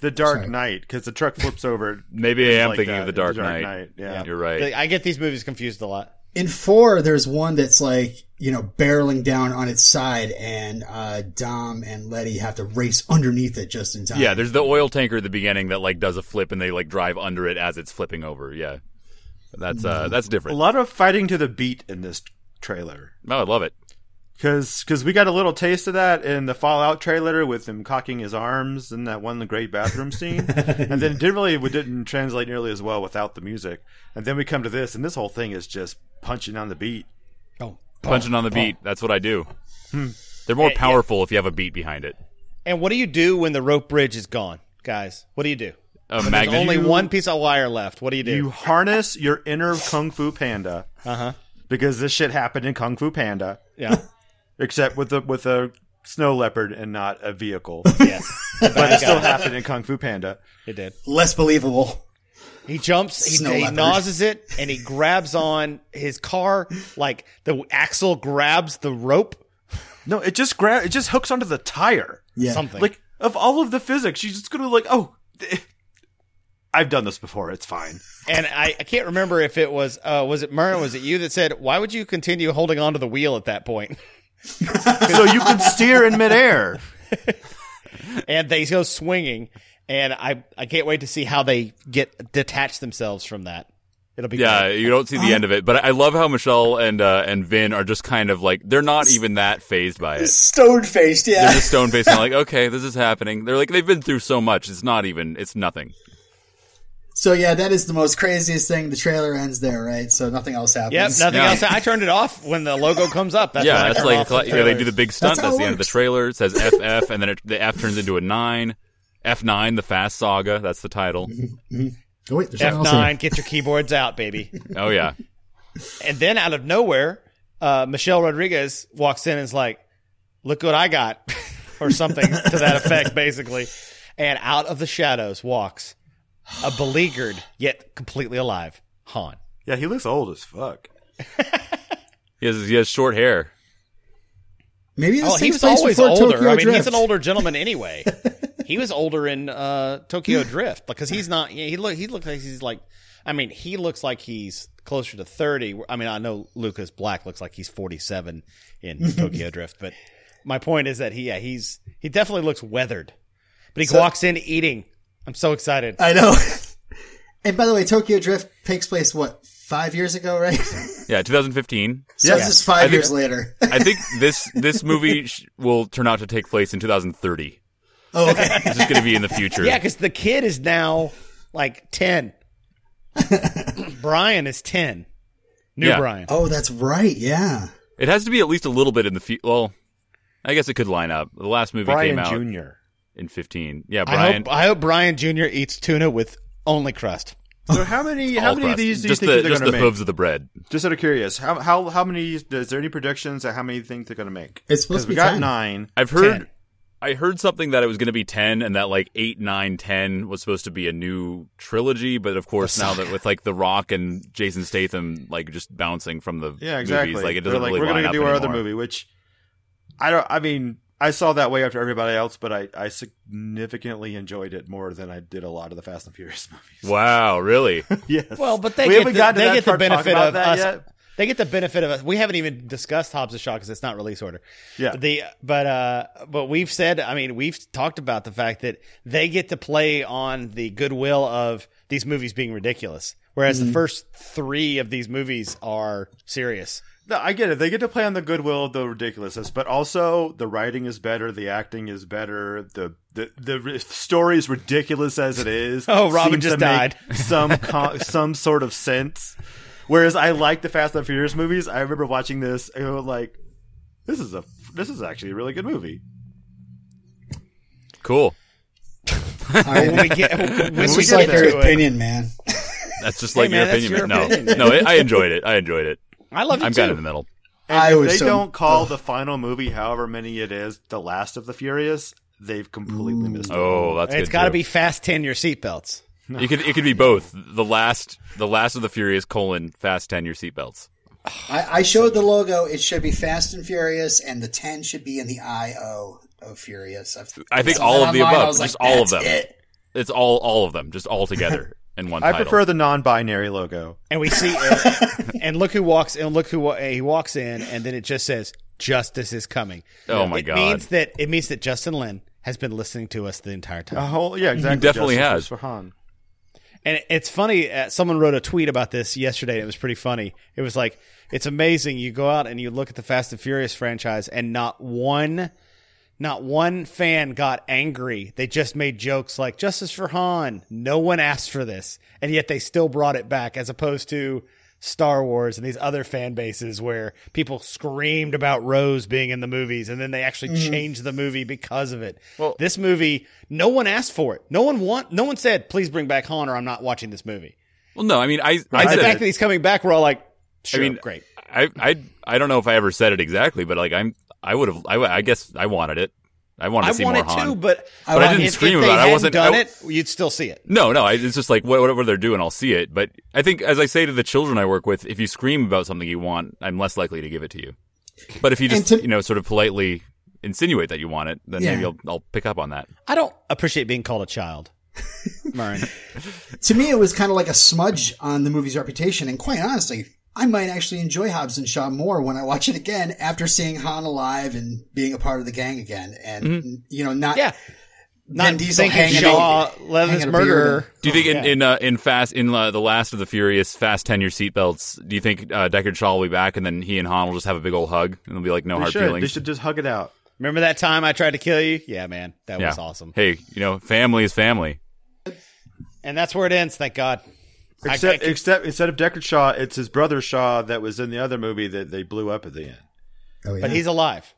The Dark
Sorry.
Knight, because the truck flips over.
Maybe I am
like
thinking of
that,
the Dark, Knight.
Yeah.
You're right.
I get these movies confused a lot.
in four there's one that's like you know barreling down on its side, and uh, Dom and Letty have to race underneath it just in time.
yeah, there's the oil tanker at the beginning that like does a flip and they like drive under it as it's flipping over. Yeah, that's uh that's
A
different.
lot of fighting to the beat in this trailer.
Mm-hmm.
No, I love it.
Because we got a little taste of that in the Fallout trailer with him cocking his arms in that one great bathroom scene. and then it didn't really we didn't translate nearly as well without the music. And then we come to this, and this whole thing is just punching on the beat.
Punching on the beat. That's what I do. They're more powerful if you have a beat behind it.
And what do you do when the rope bridge is gone, guys? What do you do?
A
There's
magnet.
only
You-
one piece of wire left. What do you do?
You harness your inner Kung Fu Panda. Uh huh. Because this shit happened in Kung Fu Panda,
yeah.
except with a with a snow leopard and not a vehicle.
yes.
but it still happened in Kung Fu Panda.
It did.
less believable.
He jumps, he,
Snow
he
leopard.
nauses it, and he grabs on his car. Like the axle grabs the rope,
No, it just gra- it just hooks onto the tire.
Yeah,
something.
Like of all of the physics, she's just gonna like, oh, eh, I've done this before. It's fine.
and I, I can't remember if it was, uh, was it Myrna, was it you that said, why would you continue holding onto the wheel at that point?
so you can steer in midair.
And they go swinging, and I, I can't wait to see how they get detach themselves from that. It'll be
Yeah,
great.
you don't see the end of it, but I love how Michelle and uh, and Vin are just kind of like they're not even that phased by it.
stone faced.
They're
Yeah,
just stone faced, kind of like, okay, this is happening. They're like they've been through so much. It's not even. It's nothing.
So yeah, that is the most craziest thing. The trailer ends there, right? So nothing else happens.
Yep, nothing
Yeah.
else. I turned it off when the logo comes up. That's when
yeah,
I
that's
turn
like
off the
yeah, they do the
trailers.
big stunt.
That's
That's,
how it
the end of the
works.
trailer. It says FF, and then it, the F turns into a nine. F9, The Fast Saga. That's the title.
Oh wait, there's
F
something else.
nine,
in
get your keyboards out, baby.
Oh, yeah.
And then out of nowhere, uh, Michelle Rodriguez walks in and is like, "Look what I got," or something to that effect, basically. And out of the shadows walks a beleaguered yet completely alive Han.
Yeah, he looks old as fuck.
He has, he has short hair.
Maybe this
Oh, he
takes
was
place
always
before
older.
Tokyo
I mean,
Drift.
he's an older gentleman anyway. he was older in uh, Tokyo Drift because he's not. yeah, He look. He looks like he's like. I mean, he looks like he's closer to thirty. I mean, I know Lucas Black looks like he's forty-seven in Tokyo Drift, but my point is that he, yeah, he's he definitely looks weathered. But he walks in eating. I'm so excited.
I know. and by the way, Tokyo Drift takes place what five years ago, right? so
Yeah, 2015.
this is five years later.
I think this this movie sh- will turn out to take place in 2030.
oh, okay.
This is going to be in the future.
Yeah, because the kid is now like ten. Brian is ten. New
Yeah.
Brian.
oh, that's right. Yeah.
It has to be at least a little bit in the future. Well, I guess it could line up. The last movie came
Brian
out
Jr.
in 15. Yeah,
I
Brian.
hope I hope Brian Jr. eats tuna with only crust.
So how many how
all
many of
crust.
these do you
just
think
the,
they're
just
gonna
the
make?
hooves of the bread.
Just out of curious, how how how many is there any predictions of how many you think they're gonna make?
It's supposed
'Cause
to
we
be
got
10.
nine.
I've heard
10.
I heard something that it was going to be 10 and that like 8 9 10 was supposed to be a new trilogy, but of course now that with like The Rock and Jason Statham like just bouncing from the
Yeah, exactly.
movies, like it
They're
doesn't
like,
really
we're
line
gonna
up
do our other
anymore.
movie, which I don't. I mean, I saw that way after everybody else, but I I significantly enjoyed it more than I did a lot of the Fast and Furious movies.
Wow, really?
yes.
Well, but they
We
get
haven't
the-
gotten to
they
that
get the
part, talk
benefit
about
of
that
us-
yet.
They get the benefit of us. We haven't even discussed Hobbs and Shaw because it's not release order.
Yeah.
The but uh but we've said I mean we've talked about the fact that they get to play on the goodwill of these movies being ridiculous, whereas
Mm.
the first three of these movies are serious.
No, I get it. They get to play on the goodwill of the ridiculousness, but also the writing is better, the acting is better, the the the r- story is ridiculous as it is.
Oh, Robin
Seems to
just
make
died.
Some co- some sort of sense. Whereas I like the Fast and Furious movies. I remember watching this and was like, this is a this is actually a really good movie.
Cool.
All right.
When we get, when
It's
we
just
get
like
to
their
it,
opinion, man.
That's just
Hey,
like
man,
your
that's
opinion.
your
no,
opinion,
no, I I enjoyed it. I enjoyed it.
I love you
I'm
too.
kind of in the middle.
And
I
if
was
they
so-
don't call the final movie, however many it is, the last of the Furious. They've completely missed. it.
Oh, that's
it's
good,
got to
too.
be fast ten your seatbelts.
It could it could be both. The last the last of the Furious colon fast ten your seatbelts.
I, I showed the logo. It should be Fast and Furious, and the 10 should be in the IO of Furious. I've,
I think
saw
all
that
of the
online, I
above,
was
just
like,
all of
"That's
them.
it."
It's all all of them, just all together in one.
I
title.
prefer the non-binary logo.
and we see and look who walks and look who wa- eh, he walks in and then it just says justice is coming
Oh, my
it
God.
means that it means that justin lin has been listening to us the entire time
A
Oh.
whole, Oh, yeah, exactly.
definitely
Justice
has.
for Han.
and it- it's funny uh, someone wrote a tweet about this yesterday and it was pretty funny it was like it's amazing you go out and you look at the fast and furious franchise and not one not one fan got angry they just made jokes like justice for han no one asked for this and yet they still brought it back as opposed to star wars and these other fan bases where people screamed about rose being in the movies and then they actually changed the movie because of it well this movie no one asked for it no one want no one said please bring back han or i'm not watching this movie
Well, no, I mean I I
and the
said
fact
it.
that he's coming back we're all like sure,
mean,
great
I I I don't know if I ever said it exactly, but like I'm I would have I, I guess I wanted it. I wanted
I
to see more
wanted
Han.
to, but
But I didn't
if,
scream
if they
about it. I
hadn't
wasn't-
done
I-
it. You'd still see it.
No, no, I, it's just like wha- whatever they're doing, I'll see it. But I think, as I say to the children I work with, if you scream about something you want, I'm less likely to give it to you. But if you just,
And to-
you know, sort of politely insinuate that you want it, then
Yeah.
maybe I'll, I'll pick up on that.
I don't appreciate being called a child, Murray.
To me, it was kind of like a smudge on the movie's reputation. And quite honestly, I might actually enjoy Hobbs and Shaw more when I watch it again after seeing Han alive and being a part of the gang again. And, you know, not.
Yeah. Not
Vin Diesel
thinking
hanging
Shaw,
a-
Levin's
hanging a beard
murderer.
Do you think in,
Oh,
in, uh, in Fast, in uh, The Last of the Furious, Fast 10 your seatbelts, do you think uh, Deckard Shaw will be back and then he and Han will just have a big old hug and it'll be like no
They
hard
should. They
feelings?
should just hug it out.
Remember that time I tried to kill you? Yeah, man, that
yeah.
was awesome.
Hey, you know, family is family.
And that's where it ends. Thank God. I- I
Except,
can-
except instead of Deckard Shaw, it's his brother Shaw that was in the other movie that they blew up at the end.
Oh, yeah.
but he's alive.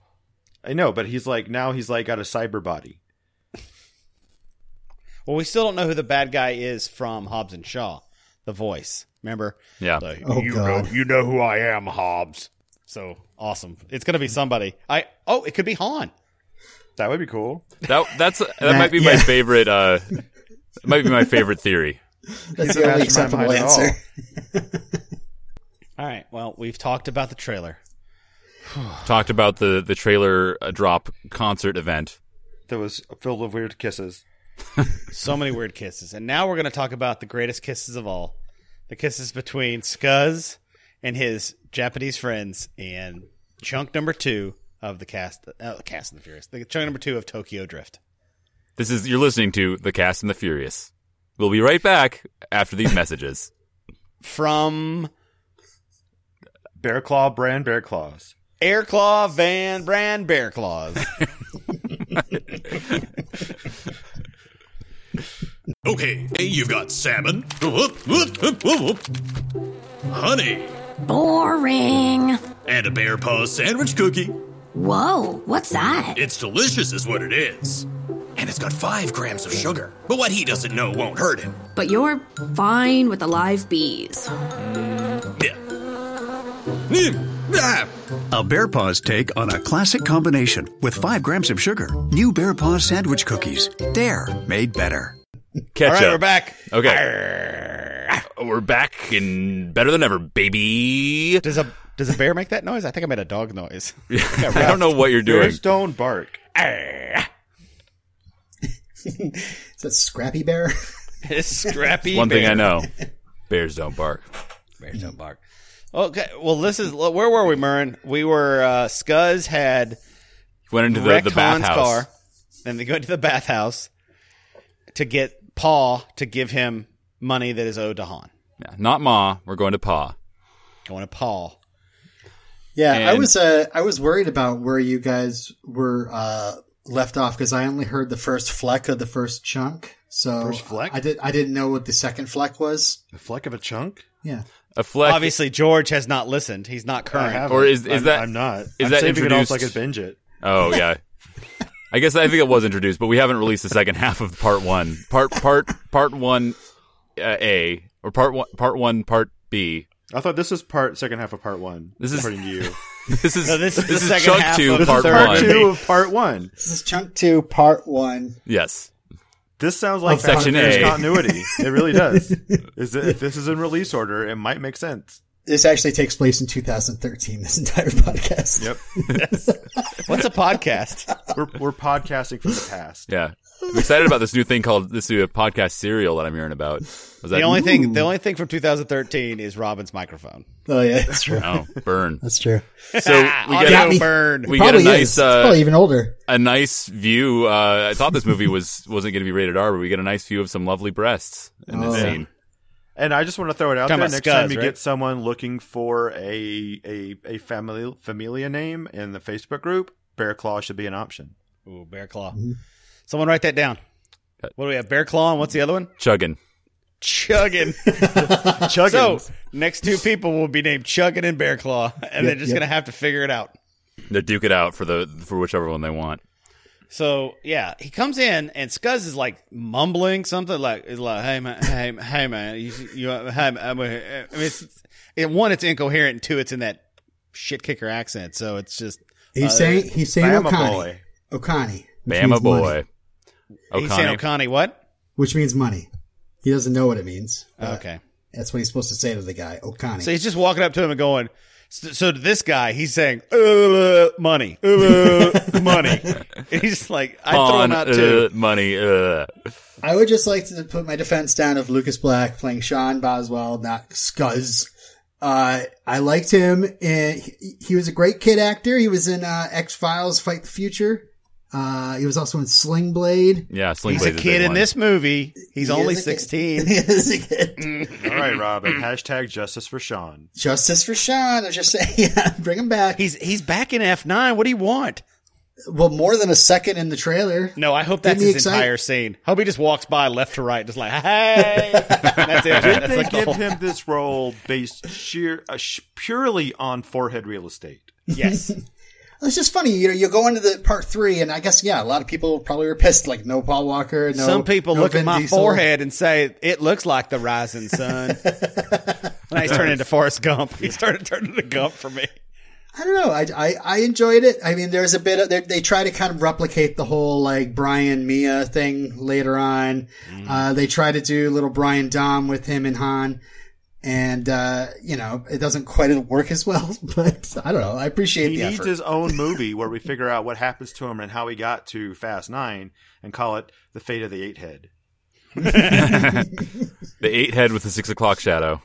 I know, but he's like now he's like got a cyber body.
Well, we still don't know who the bad guy is from Hobbs and Shaw, the voice. Remember?
Yeah.
The,
Oh,
you
God.
know, you know who I am, Hobbs. So awesome! It's gonna be somebody. I oh, it could be Han.
That would be cool.
That that's that might be my
yeah.
favorite. Uh, that might be my favorite theory.
That's
a
the only
mastermind
acceptable
behind it all.
answer.
All right. Well, we've talked about the trailer.
Talked about the the trailer uh, drop concert event.
That was filled with weird kisses.
So many weird kisses, and now we're gonna talk about the greatest kisses of all, the kisses between Scuzz and his Japanese friends, and chunk number two of the cast, uh, cast and the Furious, the chunk number two of Tokyo Drift.
This is you're listening to the Cast and the Furious. We'll be right back after these messages.
from
Bear Claw brand Bear Claws.
Air Claw Van Brand Bear Claws.
Okay, you've got salmon, honey,
Boring.
and a bear paw sandwich cookie.
Whoa, what's that?
It's delicious, is what it is. And it's got five grams of sugar. But what he doesn't know won't hurt him.
But you're fine with the live bees.
Yeah. Mm, ah.
A Bear Paws take on a classic combination with 5 grams of sugar. New Bear Paws sandwich cookies. Dare made better.
All
Catch
right,
up.
we're back.
Okay. We're back and better than ever, baby.
Does a does a bear make that noise? I think I made a dog noise.
I don't know what you're doing.
Bears don't bark.
Is that Scrappy Bear?
Scrappy.
One thing I know. Bears don't bark.
Bears don't bark. Okay. Well, this is where were we, Murrin? We were uh, Scuzz had
Went into the,
wrecked
the
Han's
bathhouse.
car, and they go into the bathhouse to get Paul to give him money that is owed to Han.
Yeah, not Ma. We're going to Pa.
Going to Paul.
Yeah, I
And-
was uh, I was worried about where you guys were uh, left off because I only heard the first fleck of the first chunk. So
First fleck?
I did I didn't know what the second fleck was.
A fleck of a chunk?
Yeah.
A fleck.
Obviously, George has not listened. He's not
I
current.
haven't.
Or is- is
I'm,
that-
I'm not.
is
I'm
that
saving it off
introduced-
so I could binge it.
Oh yeah. I guess I think it was introduced, but we haven't released the second half of part one. Part part part one uh, A or part one part one part B.
I thought this was part second half of part one.
This is-
according to you.
This is
No,
this,
this is the
is
second
chunk
half
two
of the
part
third
one.
part two of part one.
This is chunk two, part one.
Yes.
This sounds like
Of section
Fast and Furious
A.
continuity. It really does. Is that, if this is in release order, it might make sense.
This actually takes place in 2013. This entire podcast.
Yep,
What's a podcast?
we're we're podcasting from the past.
Yeah. I'm excited about this new thing called this new podcast serial that I'm hearing about. Was that
The only thing, the only thing from 2013 is Robin's microphone.
Oh yeah, that's true.
Oh, burn.
That's true.
So we
Audio
get
me.
burn.
we get a nice
is. it's probably
uh,
even older.
a nice view. Uh, I thought this movie was wasn't going to be rated R, but we get a nice view of some lovely breasts in this
Oh.
scene.
And I just want to throw it out there.
Talking
Next
about
time
Scuzz,
you
right?
get someone looking for a a a family familia name in the Facebook group, Bear Claw should be an option.
Ooh, bear claw.
Mm-hmm.
Someone write that down.
Uh,
What do we have? Bear claw and what's the other one?
Chugging.
Chuggin.
Chugging.
so next two people will be named Chuggin and Bear Claw, and they're just
yep.
gonna have to figure it out.
They duke it out for the for whichever one they want.
So yeah, he comes in and Scuzz is like mumbling something like, is like "Hey man, hey, man, hey man, you, you hey, man, I'm a- I mean, it's, it, one, it's incoherent, and two, it's in that shit kicker accent, so it's just
He's saying he's saying
Bama
Okani.
boy.
Okani. which
uh, Bama
means money,
boy.
he's saying
O'Connor.
O'Connie what?
which means money. He doesn't know what it means. but
Okay.
That's what he's supposed to say to the guy, Okani.
So he's just walking up to him and going, so, so to this guy, he's saying, uh, money, uh, money. And he's just like, I throw him
On
out
uh,
too.
money. Uh.
I would just like to put my defense down of Lucas Black playing Sean Boswell, not Scuzz. Uh, I liked him, and he, he was a great kid actor. He was in uh, X Files: Fight the Future. Uh, he was also in Sling Blade.
Yeah, Sling
He's a
Blade's big
kid in
one.
this movie. He's
He
only
is a kid.
16.
He is a kid.
All right, Robin. Hashtag justice for Sean.
Justice for Sean. I was just saying, yeah, bring him back.
He's, he's back in F9. What do you want?
well, more than a second in the trailer.
No, I hope that's
Didn't he
his
excite-
entire scene. Hope he just walks by left to right, just like, hey. that's it. That's
They
like the
give
whole-
him this role based sheer uh, sh- purely on forehead real estate.
Yes.
It's just funny, you know. You go into the part three, and I guess yeah, a lot of people probably were pissed. Like no Paul Walker, no.
Some people
no
look
Vin
at my
Diesel.
forehead and say it looks like the rising sun. and he's turned into Forrest Gump. He's turned turned into Gump for me.
I don't know. I, I, I enjoyed it. I mean, there's a bit of they, they try to kind of replicate the whole like Brian Mia thing later on.
Mm-hmm.
Uh, they try to do little Brian Dom with him and Han, and uh, you know it doesn't quite work as well. But I don't know. I appreciate
He
the
needs
effort.
his own movie where we figure out what happens to him and how he got to Fast Nine and call it The Fate of the Eight Head.
The eight head with the six o'clock shadow.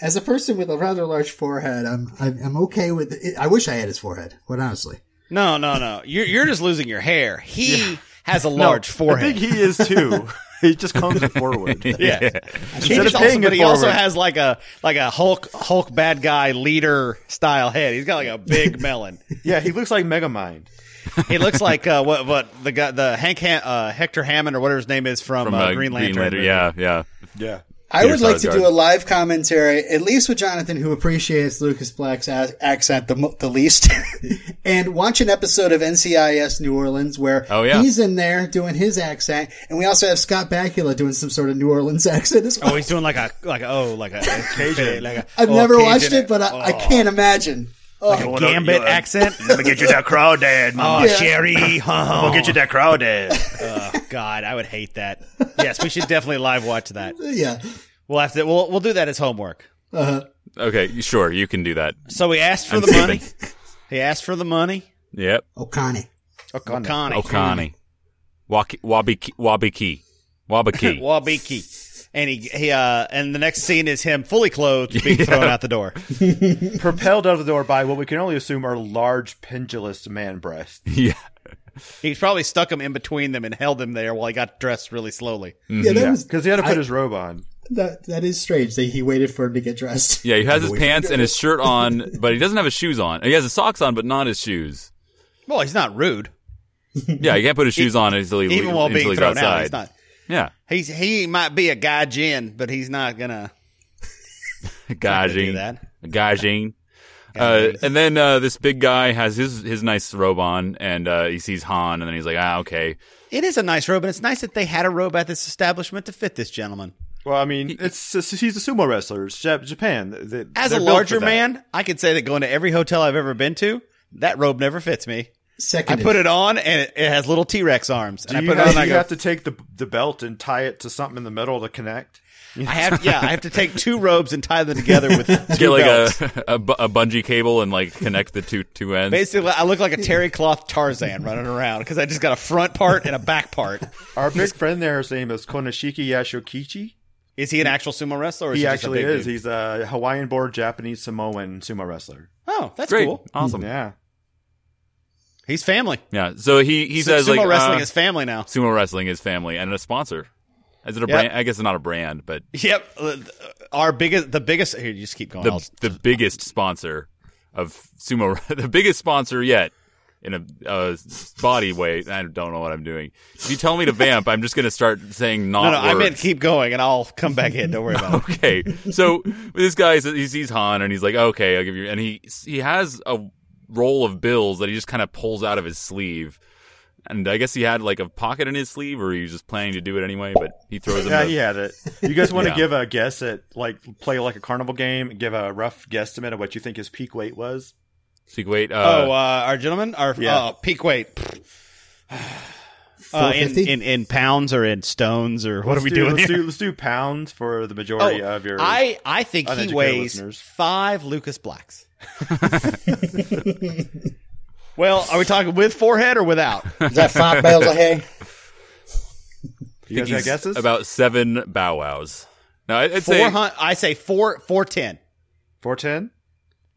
as a person with a rather large forehead, I'm I'm, I'm okay with. It. I wish I had his forehead, quite honestly.
No, no, no. You're you're just losing your hair. He has a large forehead.
I think he is too. he just comes forward.
yeah. He
Instead
just
of
also,
paying
but
it
he also
forward.
has like a like a Hulk Hulk bad guy leader style head. He's got like a big melon.
Yeah, he looks like Megamind.
He looks like uh, what what the guy the Hank Ham, uh, Hector Hammond or whatever his name is from,
From
uh,
uh,
Green Lantern. movie.
yeah, yeah.
Yeah.
I
Peter
would like to
Sarsgaard.
do a live commentary, at least with Jonathan, who appreciates Lucas Black's a- accent the, mo- the least, and watch an episode of NCIS New Orleans where
Oh, yeah.
he's in there doing his accent, and we also have Scott Bakula doing some sort of New Orleans accent as well.
Oh, he's doing like a like a, oh like a, Cajun like a
I've
oh,
never
Cajun-
watched it, but I, I can't imagine. Oh,
Gambit accent.
Let me get you that crowd dad,
Oh,
Yeah.
Sherry. Oh,
Get you that crowd dad.
God, I would hate that. Yes, we should definitely live watch that.
yeah.
We'll have to. We'll we'll do that as homework.
Okay, sure, you can do that.
So he asked for
I'm
the
saving.
money. He asked for the money.
Yep.
Oh, O'Connor.
Connie.
Okani. Waki- Wabiki. Wabiki. Wabiki.
Wabiki. And he, he uh, and the next scene is him fully clothed being thrown out the door.
Propelled out of the door by what we can only assume are large, pendulous man breasts.
yeah.
He probably stuck him in between them and held him there while he got dressed really slowly.
Yeah, that was
Because he had to put his robe on.
that. That is strange that he waited for him to get dressed.
Yeah, he has his pants and his shirt on, but he doesn't have his shoes on. He has his socks on, but not his shoes.
Well, he's not rude,
Yeah, he can't put his shoes on until he
E- even while
until
being
he's
thrown
outside.
out. He's not.
Yeah,
He's he might be a guy gin, but he's not gonna. do
Gajing.
that.
Gajing. Uh, and then uh, this big guy has his his nice robe on, and uh, he sees Han, and then he's like, "Ah, okay."
It is a nice robe, and it's nice that they had a robe at this establishment to fit this gentleman.
Well, I mean, it's he's a sumo wrestler. It's Jap- Japan. They-
As
they're built for
a larger
that.
man, I could say that going to every hotel I've ever been to, that robe never fits me. I
Second,
put it on, and it, it has little T Rex arms, and
Do
I
you,
put
have,
it on. And
do
I
you
go,
have to take the the belt and tie it to something in the middle to connect?
I have yeah, I have to take two robes and tie them together with
Get
two
like
belts.
a, a bu- a bungee cable and like connect the two two ends.
Basically, I look like a terry cloth Tarzan running around because I just got a front part and a back part.
Our big friend there, his name is Konishiki Yashokichi.
Is he an actual sumo wrestler? Or is
He
just a
actually
big
is.
dude?
He's a Hawaiian-born Japanese Samoan sumo wrestler.
oh, that's
Great,
cool.
awesome. Yeah.
Yeah.
He's family.
So he he
Su-
says
sumo
like
wrestling
uh,
is family now.
sumo wrestling is family and a sponsor. Is it a
Yep.
brand? I guess it's not a brand, but
Yep, uh, our biggest, the biggest. Here, you just keep going. I'll-
the the biggest sponsor of sumo, the biggest sponsor yet in a uh, body way. I don't know what I'm doing. If you tell me to vamp, I'm just gonna start saying not.
no, no, I
words. Uh,
meant keep going, and I'll come back in. Don't worry about it.
okay. So this guy says- he sees Han and he's like, "Okay, I'll give you." And he he has a roll of bills that he just kind of pulls out of his sleeve. And I guess he had like a pocket in his sleeve, or he was just planning to do it anyway. But he throws them.
Yeah,
the-
he had it. You guys want to
Yeah.
give a guess at, like, play like a carnival game, and give a rough guesstimate of what you think his peak weight was?
So you wait.
oh, uh,
Uh,
our gentleman, our
Yeah.
uh, peak weight. Uh, in,
450?
in in pounds or in stones or what are we
Let's do-
doing?
Let's
here? Oh,
do, let's do pounds for the majority of your.
I I think he
uneducated
weighs
listeners.
five Lucas Blacks. well, are we talking with forehead or without?
is that five bales of hay?
you guys got guesses?
about seven bow wows. Now I'd I'd
Four
say
hundred. I say four four ten.
410?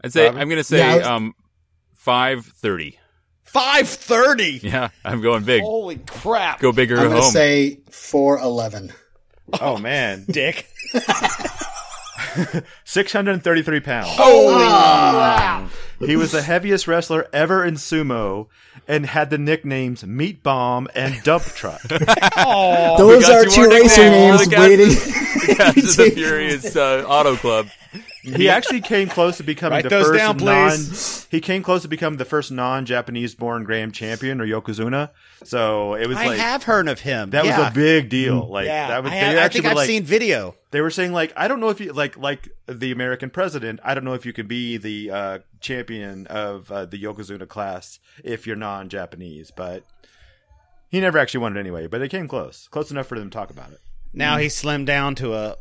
I'd say
Robin?
I'm gonna say
Yeah, I was-
um five thirty.
Five thirty.
Yeah, I'm going big.
Holy crap!
Go bigger
I'm
at
going to
home.
say four eleven.
Oh, man.
Dick.
633 pounds.
Holy crap!
He was the heaviest wrestler ever in sumo and had the nicknames Meat Bomb and Dump Truck.
Those
got
are
two
two
more
racer
nicknames.
names
Look out.
waiting.
Fast and the Furious uh, Auto Club.
He actually came close to becoming
Write
the
those
first
down,
non.
please.
He came close to becoming the first non-Japanese-born Grand Champion or yokozuna. So it was
I
like
have heard of him.
that
Yeah.
was a big deal. Like
Yeah,
that was.
I,
they
have- I
actually
think
were
I've
like,
seen video.
They were saying like, I don't know if you like like the American president. I don't know if you can be the uh, champion of uh, the yokozuna class if you're non-Japanese, but. He never actually won it anyway, but it came close. Close enough for them to talk about it.
Now he slimmed down to a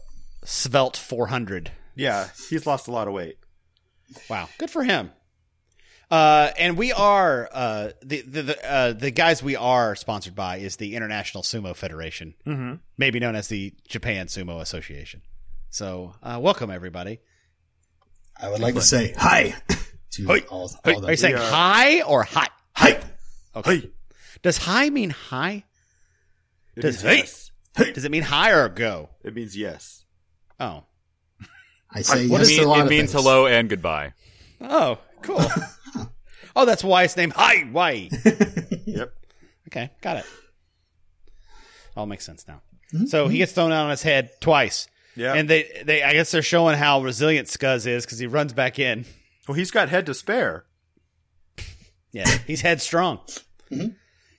svelte 400.
Yeah, he's lost a lot of weight.
Wow, good for him. Uh, and we are uh, the the the, uh, the guys we are sponsored by is the International Sumo Federation, mm-hmm. maybe known as the Japan Sumo Association. So uh, welcome everybody.
I would like to say hi to all, all
Are you
the
saying
uh,
hi or hot?
hi.
Okay. Does hi mean hi?
It
Does-
means yes.
Does it mean hi or go?
It means yes.
Oh,
I say
What
yes
it
to a
mean-
lot
it
of
means
things.
hello and goodbye.
oh, cool. oh, that's why it's named Hi Why.
Yep.
Okay, got it. All makes sense now. So he gets thrown out on his head twice.
Yeah.
And they, they, I guess they're showing how resilient Scuzz is because he runs back in.
Well, he's got head to spare.
Yeah, he's headstrong.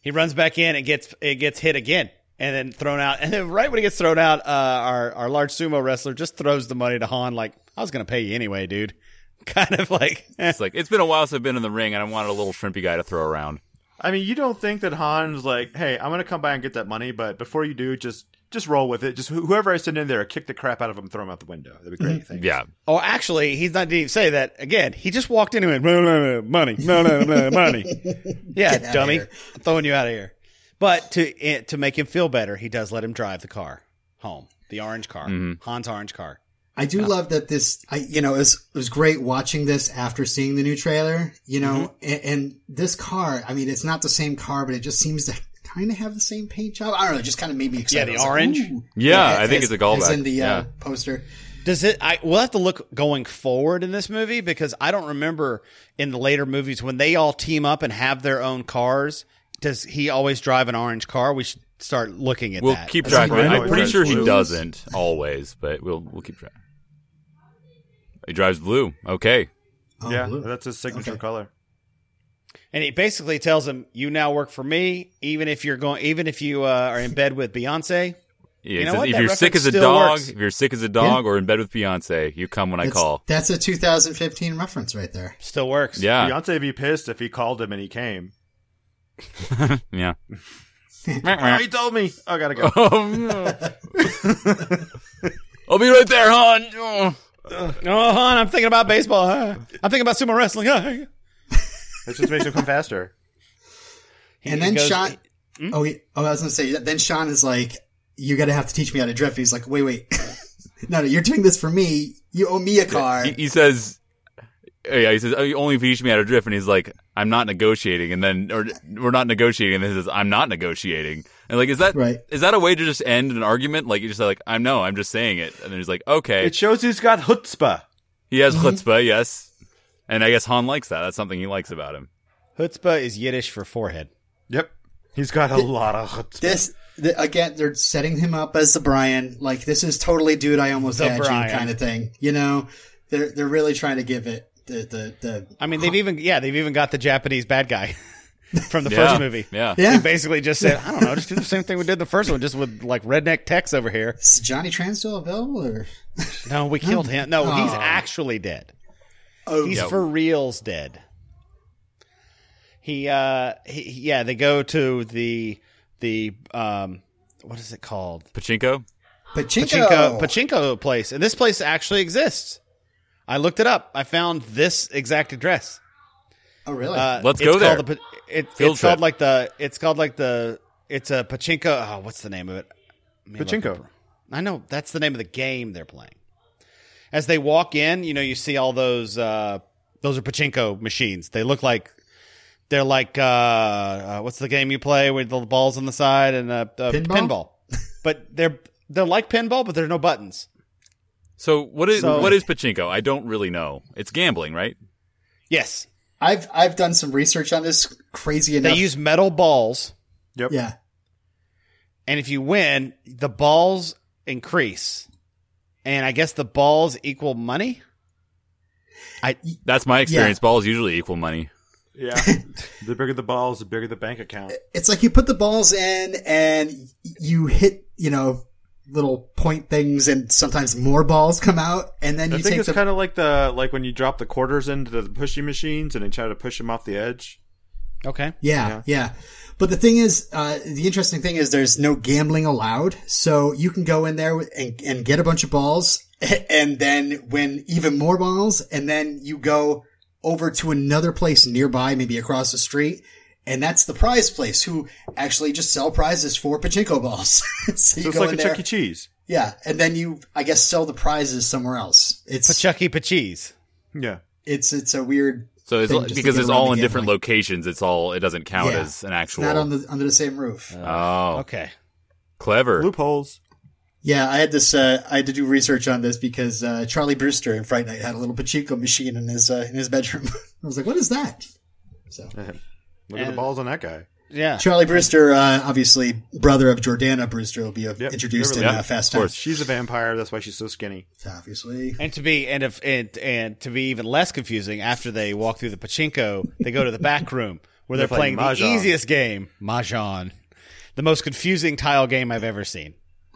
He runs back in and gets it gets hit again, and then thrown out. And then right when he gets thrown out, uh, our our large sumo wrestler just throws the money to Han like, "I was gonna pay you anyway, dude." Kind of like, eh.
It's like it's been a while since I've been in the ring, and I wanted a little shrimpy guy to throw around.
I mean, you don't think that Han's like, hey, I'm gonna come by and get that money, but before you do, just just roll with it. Just wh- whoever I send in there, kick the crap out of him, throw him out the window. That'd be
Mm-hmm.
great. thanks.
Yeah,
oh, actually, he's not didn't even say that again. He just walked in and went, "No, no, no, money, no, no, no, money." yeah, dummy, I'm throwing you out of here. But to eh, to make him feel better, he does let him drive the car home, the orange car,
Mm-hmm.
Han's orange car.
I do love that this, I, you know, it was, it was great watching this after seeing the new trailer, you know, and, and this car, I mean, it's not the same car, but it just seems to kind of have the same paint job. I don't know. It just kind of made me excited.
the
I was like,
orange?
ooh.
Yeah, I think
as-
it's a
As
callback.
in the
Yeah.
uh, poster.
Does it? I we'll have to look going forward in this movie because I don't remember in the later movies when they all team up and have their own cars. Does he always drive an orange car? We should start looking at
we'll
that.
keep
That's like
track. of it.
Rhino
I'm pretty
drives
sure he
blues.
doesn't always, but we'll we'll keep track. He drives blue. Okay,
Oh,
yeah,
blue.
that's his signature
Okay.
color.
and he basically tells him, "You now work for me, even if you're going, even if you uh, are in bed with Beyonce."
yeah,
You
it
know
says,
what?
if
That
you're sick
reference
as a
still
dog,
works.
if you're sick as a dog, or in bed with Beyonce, you come when I
That's-
call.
That's a 2015 reference right there.
Still works.
Ah.
Yeah,
Beyonce would be pissed if he called him and he came.
yeah.
Ah.
Oh, he told me. Oh, gotta go.
Oh, no. I'll be right there, hon. Oh.
Oh, hon, I'm thinking about baseball. huh? I'm thinking about sumo wrestling. huh?
It just makes him come faster.
And
He
then
goes- "Eh, hmm?"
Sean. Oh, he, oh, I was gonna say. Then Sean is like, "You gotta have to teach me how to drift." He's like, "Wait, wait, no, no, you're doing this for me. You owe me a car."
He, he says, "Yeah, he says oh, you only if you teach me how to drift." And he's like, "I'm not negotiating." And then, or we're not negotiating. And then he says, "I'm not negotiating." And like, is that is
Right.
that a way to just end an argument? Like you just say, like, "I'm no, I'm just saying it." And then he's like, "Okay."
It shows he's got chutzpah.
he has chutzpah, yes. And I guess Han likes that. That's something he likes about him.
Chutzpah is Yiddish for forehead.
Yep. He's got a lot of chutzpah.
this the, again, they're setting him up as the Brian. Like this is totally, dude. I almost
The
had
Brian.
you kind of thing. You know, they're they're really trying to give it the the the.
I mean, they've even yeah, they've even got the Japanese bad guy from the
yeah.
first movie.
Yeah.
Yeah.
They basically just said, I don't know, just do the same thing we did the first one, just with like redneck techs over here.
Is Johnny Tran still available? Or
No, we killed him. No, he's
Oh.
actually dead.
oh,
He's
Yeah.
for reals dead. He, uh, he, he- yeah, they go to the, the, um, what is it called?
Pachinko.
Pachinko.
Pachinko, pachinko place. And this place actually exists. I looked it up. I found this exact address.
Oh, really?
Uh,
Let's
it's
go there.
Called the, pa- it, it's
Field
called
trip.
like the. It's called like the. It's a pachinko. Oh, what's the name of it? Let me look
Pachinko.
up- I know that's the name of the game they're playing. As they walk in, you know, you see all those. Uh, those are pachinko machines. They look like. They're like uh, uh, what's the game you play with the balls on the side and uh, uh, pinball,
Pinball?
but they're they're like pinball, but there's no buttons.
So what is
So-
what is pachinko? I don't really know. It's gambling, right?
Yes,
I've I've done some research on this. Crazy
they
enough,
use metal balls
Yep.
yeah.
And if you win, the balls increase. And I guess the balls equal money. I
That's my experience. Balls usually equal money.
Yeah. the bigger the balls, the bigger the bank account.
It's like you put the balls in and y- you hit, you know, little point things and sometimes more balls come out and then
I
you
think
take
it's
the
kind of like the like when you drop the quarters into the pushing machines and they try to push them off the edge.
okay.
Yeah, yeah. But the thing is, uh, the interesting thing is there's no gambling allowed. So you can go in there with- and, and get a bunch of balls and then win even more balls. And then you go over to another place nearby, maybe across the street. And that's the prize place who actually just sell prizes for pachinko balls. so, you
So it's
go
like
in
a
there.
Chuck E. Cheese.
yeah. And then you, I guess, sell the prizes somewhere else. It's,
Pachucky Pachis.
Yeah.
it's, it's a weird,
So it's
Thing
like-
just to
because
get
it's
around
all
the
in different
gambling.
locations. It's all it doesn't count
Yeah.
as an actual.
not on the, under the same roof.
oh,
Okay.
clever.
Loopholes.
Yeah, I had this. Uh, I had to do research on this because uh, Charlie Brewster in Fright Night had a little pachinko machine in his uh, in his bedroom. I was like, "What is that?" So
Look at the balls on that guy.
Yeah.
Charlie Brewster, uh, obviously brother of Jordana Brewster, will be uh,
Yep,
introduced in
remember
uh,
that.
Fast
Of
Times.
course.
She's a vampire. That's why she's so skinny.
Obviously,
And to be and if and and to be even less confusing, after they walk through the pachinko, they go to the back room where they're,
They're
playing,
playing
the
Mahjong.
easiest game, Mahjong, the most confusing tile game I've ever seen.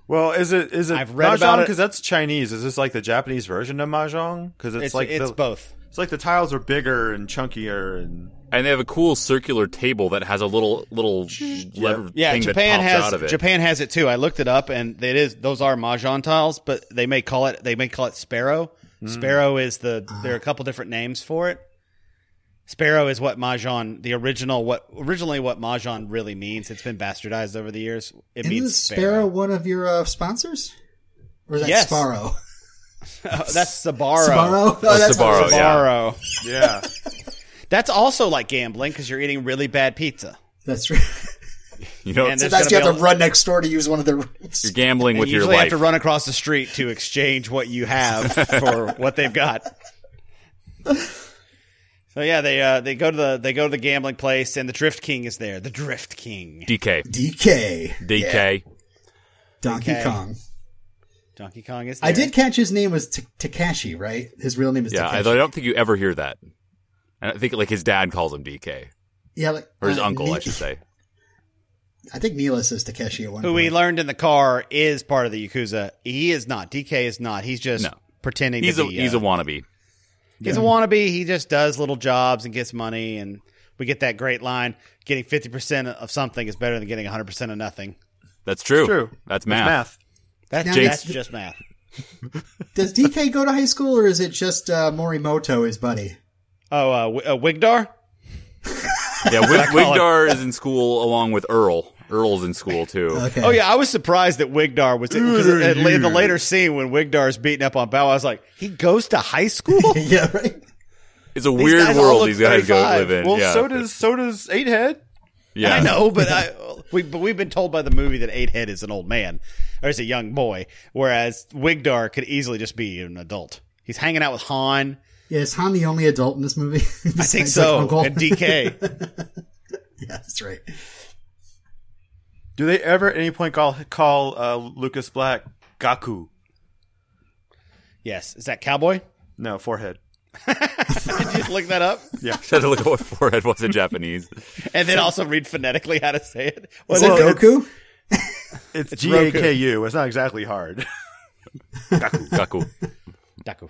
Well, is it is it
I've read about it.
because that's Chinese. Is this like the Japanese version of mahjong? Because it's,
It's
like
it's
the,
both.
It's like the tiles are bigger and chunkier and
And they have a cool circular table that has a little little lever
Yeah,
thing
Japan
that pops
has
out of it.
Japan has it too. I looked it up, and it is those are mahjong tiles, but they may call it they may call it sparrow. Sparrow is the there are a couple different names for it. Sparrow is what mahjong the original what originally what mahjong really means. It's been bastardized over the years. It
isn't
means
Sparrow. one of your uh, sponsors, or is that
Yes.
Sparrow?
Oh, that's Sabaro.
Sparrow?
Oh,
what it
Sbarro,
was.
yeah.
Sabaro.
yeah.
That's also like gambling because you're eating really bad pizza.
That's right.
you know,
and
it's-
there's
That's you
gonna
have
be
to
a-
run next door to use one of their rooms.
you're gambling with
you
your
usually
life.
have to run across the street to exchange what you have for what they've got. So yeah, they uh, they go to the they go to the gambling place and the Drift King is there. The Drift King,
DK,
DK
DK.
Donkey
DK.
Kong.
Donkey Kong is. There.
I did catch his name was Ta- Takashi, right? His real name is
Yeah, I, I
Takashi.
don't think you ever hear that. I don't think like his dad calls him DK
yeah, like,
or his
uh,
uncle, I
Ne-
should say.
I think Neela says Takeshi at one
Who
point.
we learned in the car is part of the Yakuza. He is not. DK is not. He's just
No.
pretending.
He's
to
a
be,
he's
uh,
a wannabe.
He's a wannabe. He just does little jobs and gets money, and we get that great line: "Getting fifty percent of something is better than getting one hundred percent of nothing."
That's true.
True.
That's
It's
math.
math.
That's,
Now
that's
that's-
just math.
Does DK go to high school or is it just uh, Morimoto, his buddy?
Oh, uh, Wi- uh, Wigdar.
Yeah, Wig-
call it.
Wigdar is in school along with Earl. Earl's in school too.
Okay.
Oh yeah, I was surprised that Wigdar was because at, la- the later scene when Wigdar is beating up on Bow, I was like, he goes to high school.
yeah, right?
It's a
These
weird
guys all
world
look
these guys go
35.
live in.
Well,
yeah.
so does so does Eight Head.
yeah.
I know, but I we but we've been told by the movie that Eight Head is an old man or is a young boy, whereas Wigdar could easily just be an adult. He's hanging out with Han.
Yeah, is Han the only adult in this movie?
I think so. and DK.
yeah, that's right.
Do they ever at any point call call uh, Lucas Black Gaku?
Yes, is that cowboy?
No, forehead.
Did you just look that up?
Just had to look at what forehead was in Japanese.
And then also read phonetically how to say it.
Is
Well,
it Goku?
It's
It's
G A K U. It's not exactly hard.
Gaku.
Daku.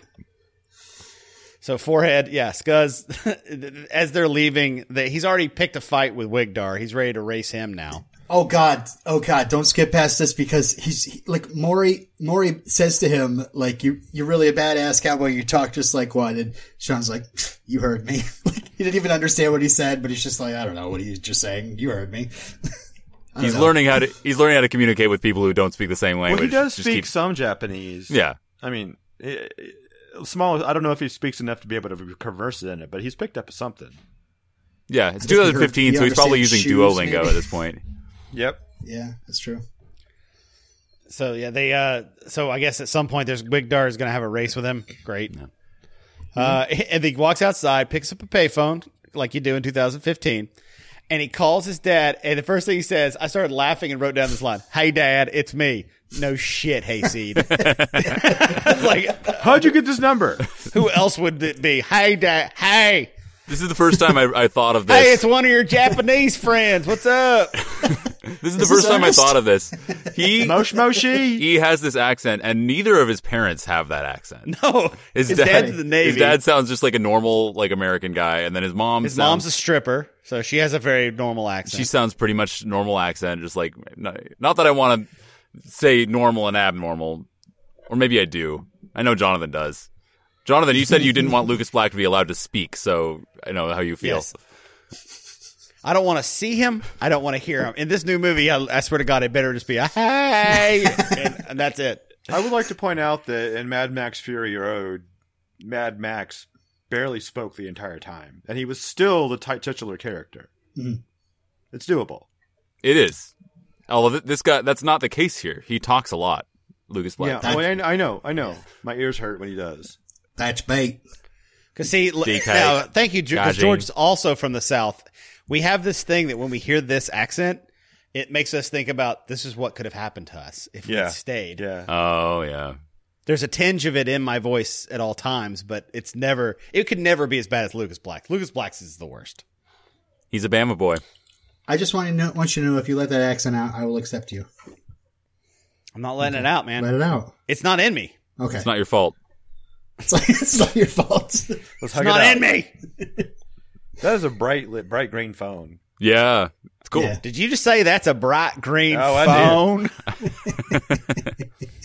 So forehead, yeah, Scuzz. as they're leaving, they, he's already picked a fight with Wigdar. He's ready to race him now.
Oh god, oh god, don't skip past this because he's he- like Maury Maury says to him, like, you you're really a badass cowboy, you talk just like one and Sean's like, You heard me. like he didn't even understand what he said, but he's just like, I don't know what he was just saying. You heard me. I don't
He's
know.
learning how to he's learning how to communicate with people who don't speak the same
well,
language.
he does
Just
speak
keeps-
some Japanese.
yeah.
I mean, eh, eh, small. I don't know if he speaks enough to be able to converse in it, but he's picked up something.
Yeah, it's
think we heard-
2015,
we
so he's probably using
understand shoes,
Duolingo
maybe.
at this point.
Yep.
Yeah, that's true.
So yeah, they. uh So I guess at some point, there's Wigdar is going to have a race with him. Great. Uh, and he walks outside, picks up a payphone like you do in 2015, and he calls his dad. And the first thing he says, I started laughing and wrote down this line: "Hey, Dad, it's me." No shit, Hayseed. like,
How'd you get this number?
who else would it be? Hey, Dad. Hey,
This is the first time I, I thought of this.
hey, it's one of your Japanese friends. What's up?
this is the first time I
Ernest?
thought of this. He
Mosh Moshi.
he has this accent, and neither of his parents have that accent.
Oh, his, dad's in the navy.
His dad sounds just like a normal like American guy, and then his mom.
His
sounds,
mom's a stripper, so she has a very normal accent.
she sounds pretty much normal accent, just like not, not that I want to say normal and abnormal, or maybe I do. I know Jonathan does. Jonathan, you said you didn't want Lucas Black to be allowed to speak, so I know how you feel.
Yes. I don't want to see him. I don't want to hear him. In this new movie, I, I swear to God, it better just be a hey, and, and that's it.
I would like to point out that in Mad Max Fury Road, Mad Max barely spoke the entire time, and he was still the ti- titular character.
Mm-hmm.
It's doable.
It is. Although th- this guy, that's not the case here. He talks a lot, Lucas Black.
Yeah, well, I, I know, I know. My ears hurt when he does.
That's bait.
Because see, l-
DK.
now thank you, because
Gaji.
George is also from the South. We have this thing that when we hear this accent, it makes us think about this is what could have happened to us if
Yeah.
we'd stayed.
Yeah.
Oh yeah.
There's a tinge of it in my voice at all times, but it's never. It could never be as bad as Lucas Black. Lucas Black's is the worst.
He's a Bama boy.
I just want to know, want you to know if you let that accent out, I will accept you.
I'm not letting
Mm-hmm.
it out,
Let
man.
it out.
It's not in me.
Okay.
It's not your fault.
It's, like, it's not your fault.
Let's
It's
hug it
not
out.
in me.
That is a bright, lit, bright green phone.
Yeah, it's cool.
Yeah.
Did you just say that's a bright green
Oh, I did.
phone?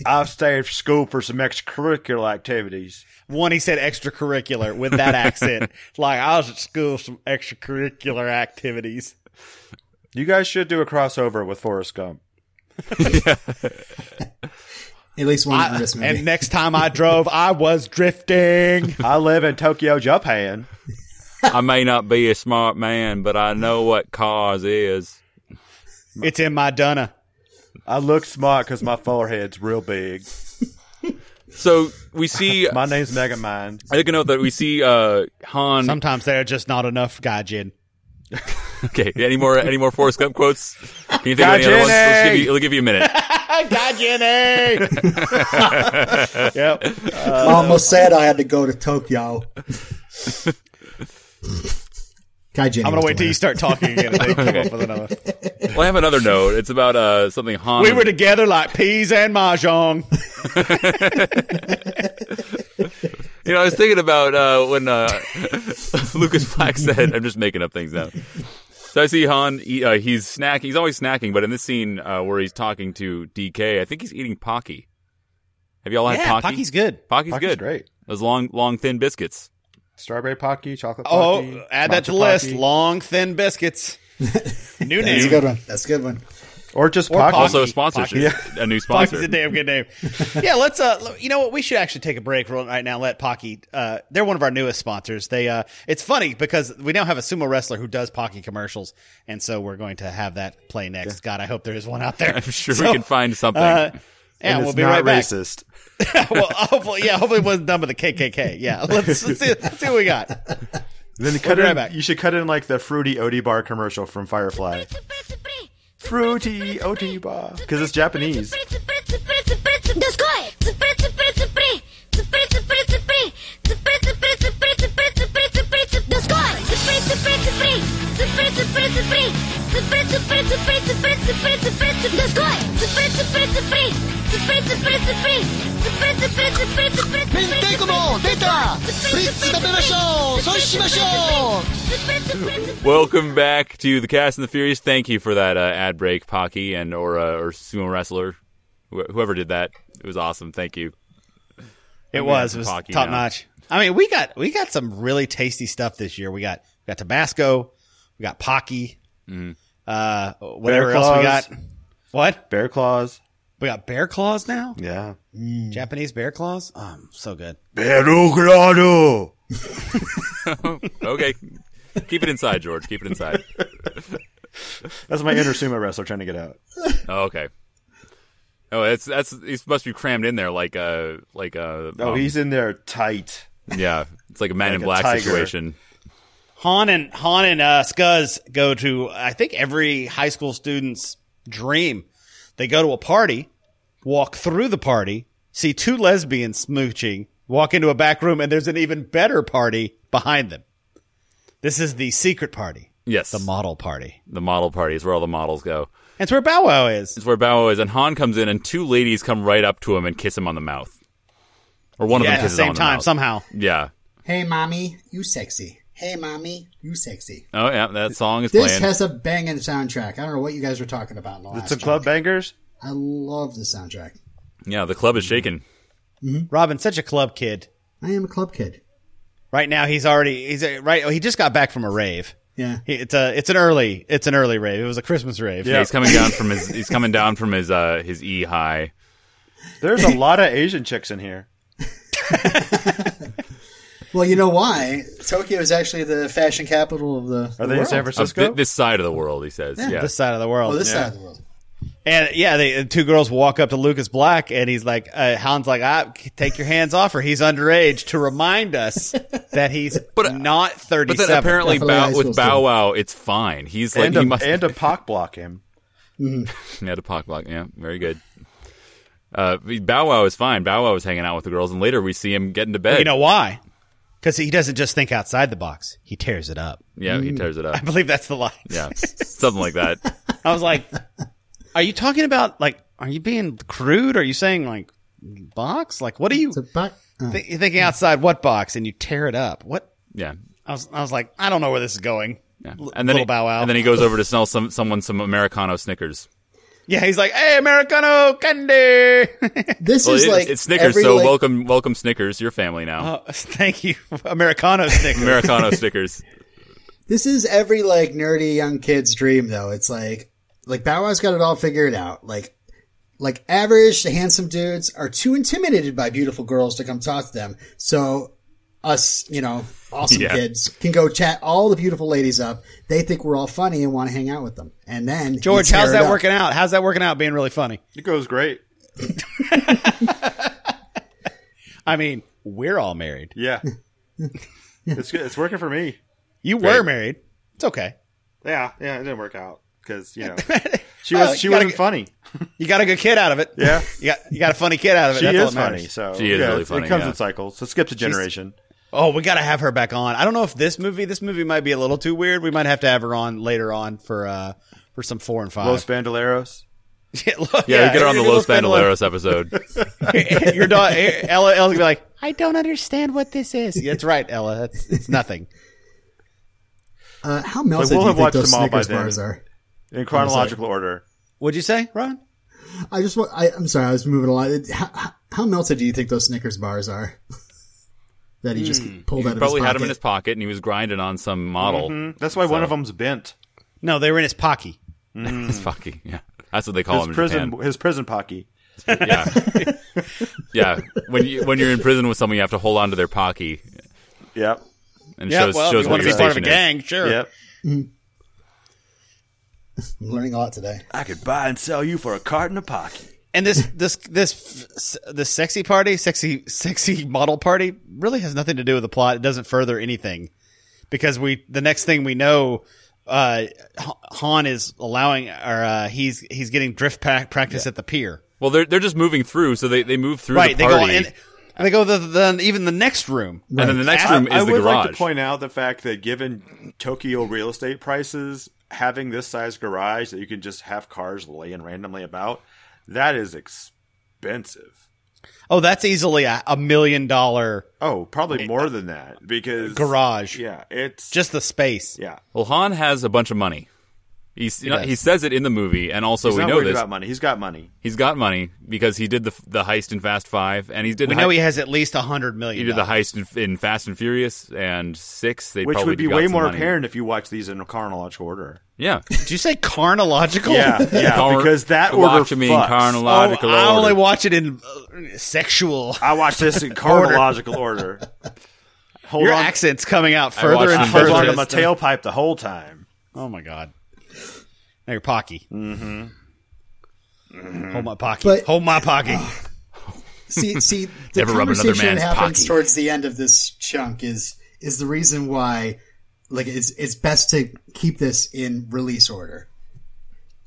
I'll stay at school for some extracurricular activities.
One, he said extracurricular with that accent. like I was at school, some extracurricular activities.
You guys should do a crossover with Forrest Gump.
At least one
I-
artist movie.
and next time I drove, I was drifting.
I live in Tokyo, Japan.
I may not be a smart man, but I know what cars is.
It's in my dunna.
I look smart because my forehead's real big.
So we see.
My name's Megamind.
I took a note that we see uh, Han.
Sometimes there are just not enough gaijin.
okay, any more any more Forrest Gump quotes? Can you think of any other
Gajini!
ones? Let's give you, it'll give you a minute.
gaijin. yep.
Almost said I had to go to Tokyo. Kaijin.
I'm gonna wait till you start talking again. And then come up with another.
Well, I have another note. It's about uh, something Han.
We were together like peas and mahjong.
you know, I was thinking about uh, when uh, Lucas Black said, "I'm just making up things now." So I see Han. He, uh, he's snacking. He's always snacking, but in this scene uh, where he's talking to DK, I think he's eating Pocky. Have y'all had
Yeah,
Pocky?
Pocky's good.
Pocky's,
Pocky's
good.
great.
Those long, long, thin biscuits.
Strawberry Pocky, chocolate
Oh,
Pocky.
add that to
matcha
the list.
Pocky,
Long thin biscuits. New
That's a
name.
good one. That's a good one.
Or just
Or
Pocky.
Pocky.
also a sponsorship, a new
Pocky's
sponsor.
a damn good name. yeah, let's. Uh, l- you know what? We should actually take a break real- right now. and Let Pocky. Uh, they're one of our newest sponsors. They. Uh, it's funny because we now have a sumo wrestler who does Pocky commercials, and so we're going to have that play next. God, I hope there is one out there. I'm
sure we can find something.
yeah,
and
we'll
it's
be
not
right back.
racist.
well, hopefully, yeah, hopefully it wasn't done by the KKK. Yeah, let's, let's, see, let's see what we got.
Then cut
be right
in,
back.
You should cut in like the fruity Odie bar commercial from Firefly. Fruity Odie bar, because it's Japanese.
Welcome back to the Cast and the Furious. Thank you for that uh, ad break, Pocky, and or uh, or sumo wrestler, Wh- whoever did that. It was awesome. Thank you.
It was. It
have
was
some Pocky
top
now.
notch. I mean, we got we got some really tasty stuff this year. We got we got Tabasco, we got Pocky, uh, whatever
Mm-hmm. Bear
else we
claws.
got. What
Bear claws.
we got bear claws now?
Yeah.
Japanese bear claws. Um, so good.
Beru claro.
Okay, keep it inside, George. Keep it inside.
That's my inner sumo wrestler trying to get out.
Oh, okay. Oh, that's that's these must be crammed in there like uh like uh
Oh,
um,
he's in there tight.
yeah. It's like a Man in
a
Black
tiger.
situation.
Han and Han and uh, Scuzz go to I think every high school student's dream. They go to a party, walk through the party, see two lesbians smooching, walk into a back room, and there's an even better party behind them. This is the secret party,
Yes.
the model party.
the model party is where all the models go.
That's where Bow Wow is.
It's where Bao is, and Han comes in, and two ladies come right up to him and kiss him on the mouth, or one of
Yeah,
them
at the
kisses him
same
on
time
the mouth.
somehow.
Yeah.
Hey, mommy, you sexy. Hey, mommy, you sexy.
Oh yeah, that song is
This
playing.
has a banging soundtrack. I don't know what you guys were talking about in the last
It's a club
track.
bangers.
I love the soundtrack.
yeah, the club is shaking.
Robin, such a club kid.
I am a club kid.
Right now, he's already he's uh, right. He just got back from a rave.
Yeah.
He- It's a it's an early it's an early rave. It was a Christmas rave.
Yeah, he's coming down from his he's coming down from his uh his E high.
There's a lot of Asian chicks in here.
Well, you know why? Tokyo is actually the fashion capital of the. the
Are they in
world.
San
Of
Francisco?
thi- this side of the world, he says. Yeah.
this side of the world.
Oh, this side of the world.
and yeah, they, the two girls walk up to Lucas Black, and he's like, uh, Han's like, ah, take your hands off her. He's underage to remind us that he's
But, uh,
not
But
37.
then apparently
Definitely high
Bow,
school
with Bow
student.
Wow, it's fine. He's like
and,
he
a,
must
and a pock block him.
Yeah, the pock block. Yeah, very good. Uh, Bow Wow is fine. Bow Wow is hanging out with the girls, and later we see him getting to bed.
you know why? Because he doesn't just think outside the box. He tears it up.
yeah, he tears it up.
I believe that's the line.
Yeah, something like that.
I was like, are you talking about like, are you being crude? Are you saying like box? Like, what are you
It's a bu- oh.
th- you're thinking outside what box? And you tear it up. What?
Yeah,
I was, I was like, I don't know where this is going.
yeah.
L-
And then
little
he,
bow wow.
and then he goes over to sell some someone some Americano Snickers.
yeah, he's like, hey, Americano candy.
This
Well,
is
it-
like
it's Snickers,
every,
so
like-
welcome welcome Snickers, your family now.
oh, thank you, Americano Snickers.
Americano Snickers.
This is every like nerdy young kid's dream, though. It's like like Bow Wow's got it all figured out. Like like average to handsome dudes are too intimidated by beautiful girls to come talk to them. So us, you know, awesome
Yeah.
kids can go chat all the beautiful ladies up. They think we're all funny and want to hang out with them. And then
George,
you tear
how's
it
that
up.
working out? How's that working out? Being really funny.
It goes great.
I mean, we're all married.
Yeah. it's good. It's working for me.
You were married. It's okay.
Yeah. Yeah. It didn't work out because you know she was she
you gotta
wasn't
get-
funny.
You got a good kid out of it.
Yeah.
You got you got a funny kid out of it.
She
That's all
is
that matters.
funny. So
She is
yeah,
really
it-
funny,
It comes
yeah.
in cycles. So it skips a generation.
Oh, we got to have her back on. I don't know if this movie, this movie might be a little too weird. We might have to have her on later on for uh for some four and five.
Los Bandoleros.
yeah, lo-
Yeah, we get her on the Los Bandoleros
Bandoleros.
episode.
Your daughter Ella, Ella's gonna be like, I don't understand what this is. Yeah, that's right, Ella. That's it's nothing.
Uh, how melted
we'll
do you
have
think
watched
those
them all by
Snickers
then.
bars are?
in chronological order.
What'd you say, Ron?
I just want. I, I'm sorry, I was moving along. It- How, how- how melted do you think those Snickers bars are? that he just
Hmm.
pulled out of
Probably
his
had him
pocket?
in his pocket, and he was grinding on some model.
That's why one of them's bent.
No, they were in his pocky.
It's fucking yeah. That's what they call
His
him in
prison,
Japan.
his prison pocky.
Yeah, yeah. When you when you're in prison with someone, you have to hold on to their pocky
Yep.
and
Yeah,
shows
well,
shows
if you want
what
to
your
be part of a
station is.
gang, sure.
Yep.
I'm learning a lot today.
I could buy and sell you for a carton of pocky.
And this this this this sexy party, sexy sexy model party, really has nothing to do with the plot. It doesn't further anything because we the next thing we know, uh, H- Han is allowing or uh, he's he's getting drift pack practice at the pier.
Well, they're they're just moving through, so they, they move through
Right,
the
they go
party,
on, and, and they go the, the even the next room.
and then the next
I-
room
I
is the
would like to
garage.
point out the fact that given Tokyo real estate prices, having this size garage that you can just have cars laying randomly about, that is expensive.
Oh, that's easily a, a million dollar
Oh, probably more than that because
uh, garage.
Yeah, it's
Just the space.
yeah.
Well, Han has a bunch of money. He's, you know, he says it in the movie, and also
He's
we
not
know
worried
this.
about money. He's got money.
He's got money because he did the the heist in Fast Five, and he did
We
the
know
hei-
he has at least a hundred
he
million.
did the
dollars.
heist in, in Fast and Furious and Six. They
Which
probably
would be
got
way
some
more
money.
apparent if you watch these in chronological order.
Yeah,
Did you say carnological?
Yeah, yeah,
Car-
because that
watch
order
him in
fucks.
Oh,
chronological
I only
order.
watch it in uh, sexual.
I watched this in chronological order. Hold
Your
on,
accent's coming out
watched
further
it
and
in
hold on
further.
to my tailpipe the whole time.
Oh my god! Now you're pocky. Mm-hmm.
Mm-hmm.
Hold my pocky.
But-
Hold my pocky.
see, see, the
Never rub another
conversation that
man's
happens
pocky.
towards the end of this chunk is is the reason why Like it's it's best to keep this in release order.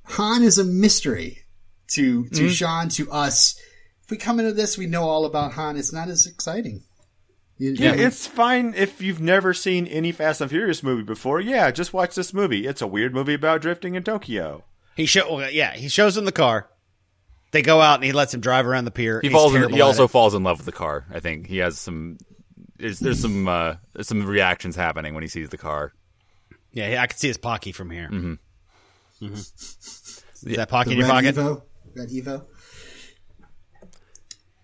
Han is a mystery to to Sean to us. If we come into this, we know all about Han. It's not as exciting. You-
Yeah,
you-
it's fine if you've never seen any Fast and Furious movie before. Yeah, just watch this movie. It's a weird movie about drifting in Tokyo.
He show well, yeah, he shows him the car. They go out and he lets him drive around the pier.
He
He's
falls. In,
terrible
he
at
also
it.
falls in love with the car. I think he has some. There's, there's some uh, there's some reactions happening when he sees the car.
yeah, I can see his pocky from here. Mm-hmm. Is that
the
pocky in your
Red
pocket?
Evo, Red Evo.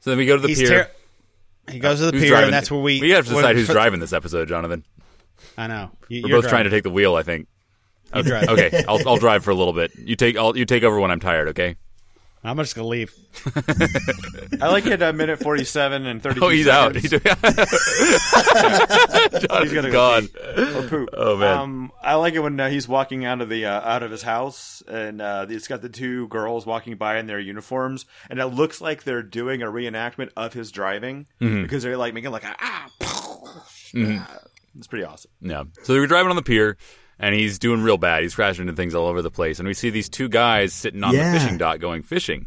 So then we go to the
He's
pier.
ter- he goes to the
Who's
pier,
driving?
and that's where we
we have to
where-
decide who's
for-
driving this episode, Jonathan.
I know. You,
We're both trying to take the wheel. I think.
You drive.
Okay, I'll I'll drive for a little bit. You take I'll, you take over when I'm tired. Okay.
I'm just gonna leave.
I like it at minute 47 and 32
Oh, he's out.
seconds.
He's, Jonathan's
gotta go
gone.
or poop.
Oh, man.
Um, I like it when uh, he's walking out of the uh, out of his house, and uh, it's got the two girls walking by in their uniforms, and it looks like they're doing a reenactment of his driving
Mm-hmm.
because they're like making like a, ah. It's pretty awesome.
Yeah. So they were driving on the pier, and he's doing real bad. He's crashing into things all over the place. And we see these two guys sitting on
Yeah.
the fishing dock going fishing.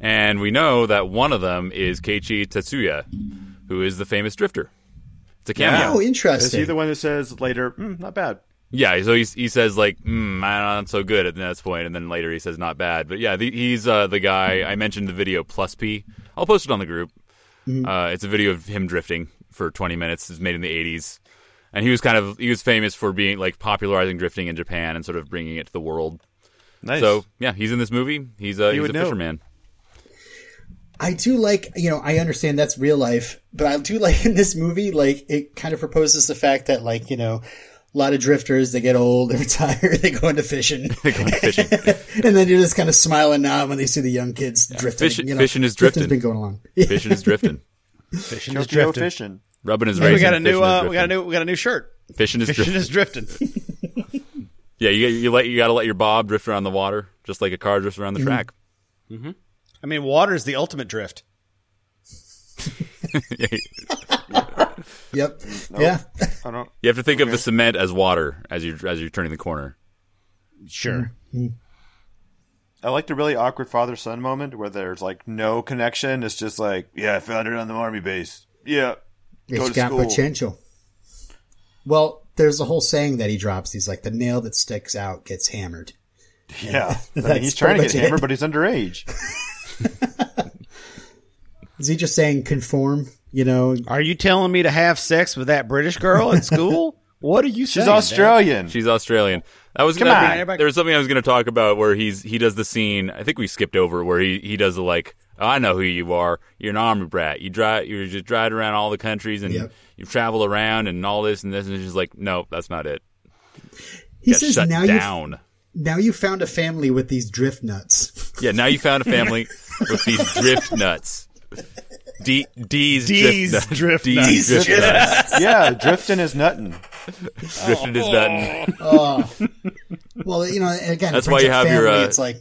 And we know that one of them is Keiichi Tatsuya, who is the famous drifter. It's a cameo.
Oh,
Is he
interesting.
the one that says later, mm, not bad?
Yeah. so he, he says, like, mm, I'm not so good at this point, And then later he says, not bad. But yeah, the, he's uh, the guy.
Mm-hmm.
I mentioned the video Plus P. I'll post it on the group.
Mm-hmm.
Uh, it's a video of him drifting for 20 minutes. It's made in the 80s. And he was kind of he was famous for being like popularizing drifting in Japan and sort of bringing it to the world.
Nice.
So yeah, he's in this movie. He's a he's
would
a
know.
fisherman.
I do like, you know, I understand that's real life, but I do like in this movie, like, it kind of proposes the fact that, like, you know, a lot of drifters, they get old, they retire, they go into fishing.
Going fishing.
and then you just kind of smile and nod when they see the young kids drifting.
Fish-
you know,
fishing is
drifting's
drifting.
been going along. Yeah.
Fishing is drifting.
Fishing is
Tokyo
drifting.
fishing.
Rubbing his
Hey, we
raisin,
got a new
fishing is
uh, we got a
drifting.
new we got a new shirt.
fishing is
Fishing
drifting.
is drifting.
Yeah, you you let you got to let your bob drift around the water just like a car drifts around the
Mm-hmm.
track.
I mean, water is the ultimate drift.
Yep. Yeah.
I don't.
You have to think of the cement as water as you as you're turning the corner.
Sure.
I like the really awkward father son moment where there's like no connection. It's just like, yeah, I found it on the army base. Yeah.
It's got potential. Well, there's a whole saying that he drops. He's like, the nail that sticks out gets hammered.
Yeah. I mean,
That's
he's trying to
pretty
get
much
hammered,
it.
but he's underage.
Is he just saying conform? You know,
Are you telling me to have sex with that British girl at school? what are you
She's
saying, Dad?
Australian.
She's Australian. That was
Come
that-
on,
everybody-
There was something I was going to talk about where he's he does the scene. I think we skipped over where he he does the like. "Oh, I know who you are. You're an army brat. You drive. You're just driving around all the countries and
Yep.
you've traveled around and all this and this. And it's just like, no, that's not it.
he
Got
says,
shut
now you
down.
now you found a family with these drift nuts.
Yeah, now you found a family with these drift nuts. D D's,
D's
drift, nut-
drift
D's
nuts.
drift nuts.
yeah, drifting is nutting.
Drifting is nothing.
well, you know, and again,
That's
it
why
brings
you
up
have your,
family.
uh,
it's like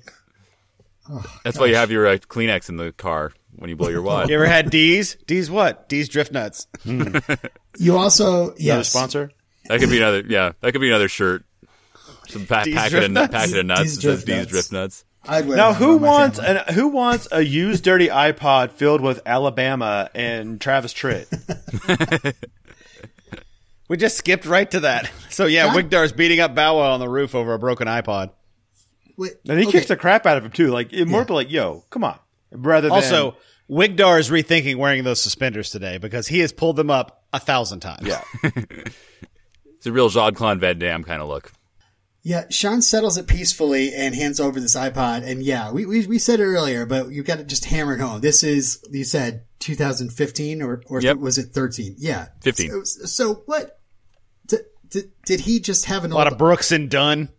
That's why you have your uh, Kleenex in the car when you blow your wad.
You ever had D's? D's what? D's drift nuts.
you also
Another
yes,
sponsor.
That could be another. Yeah, that could be another shirt. Some pa-
D's
packet
drift
of
nuts.
nuts. packet of nuts.
D's
that says
drift
D's
nuts.
drift nuts.
I'd wear
Now,
that
who
around my
wants
family.
an, who wants a used dirty iPod filled with Alabama and Travis Tritt?
We just skipped right to that. So yeah, Wigdar's beating up Bow Wow on the roof over a broken iPod.
Wait,
And he
okay.
kicks the crap out of him too. Like it more be like, yo, come on. Rather than
Also, Wigdar is rethinking wearing those suspenders today because he has pulled them up a thousand times.
Yeah.
It's a real Jean Claude Van Damme kind of look.
Yeah, Sean settles it peacefully and hands over this iPod. And yeah, we, we, we said it earlier, but you got to just hammer it home. This is, you said 2015 or, or
Yep.
was it 13? Yeah.
15.
So, so what? Did, did, did he just have an
A lot of
old-
Brooks and Dunn.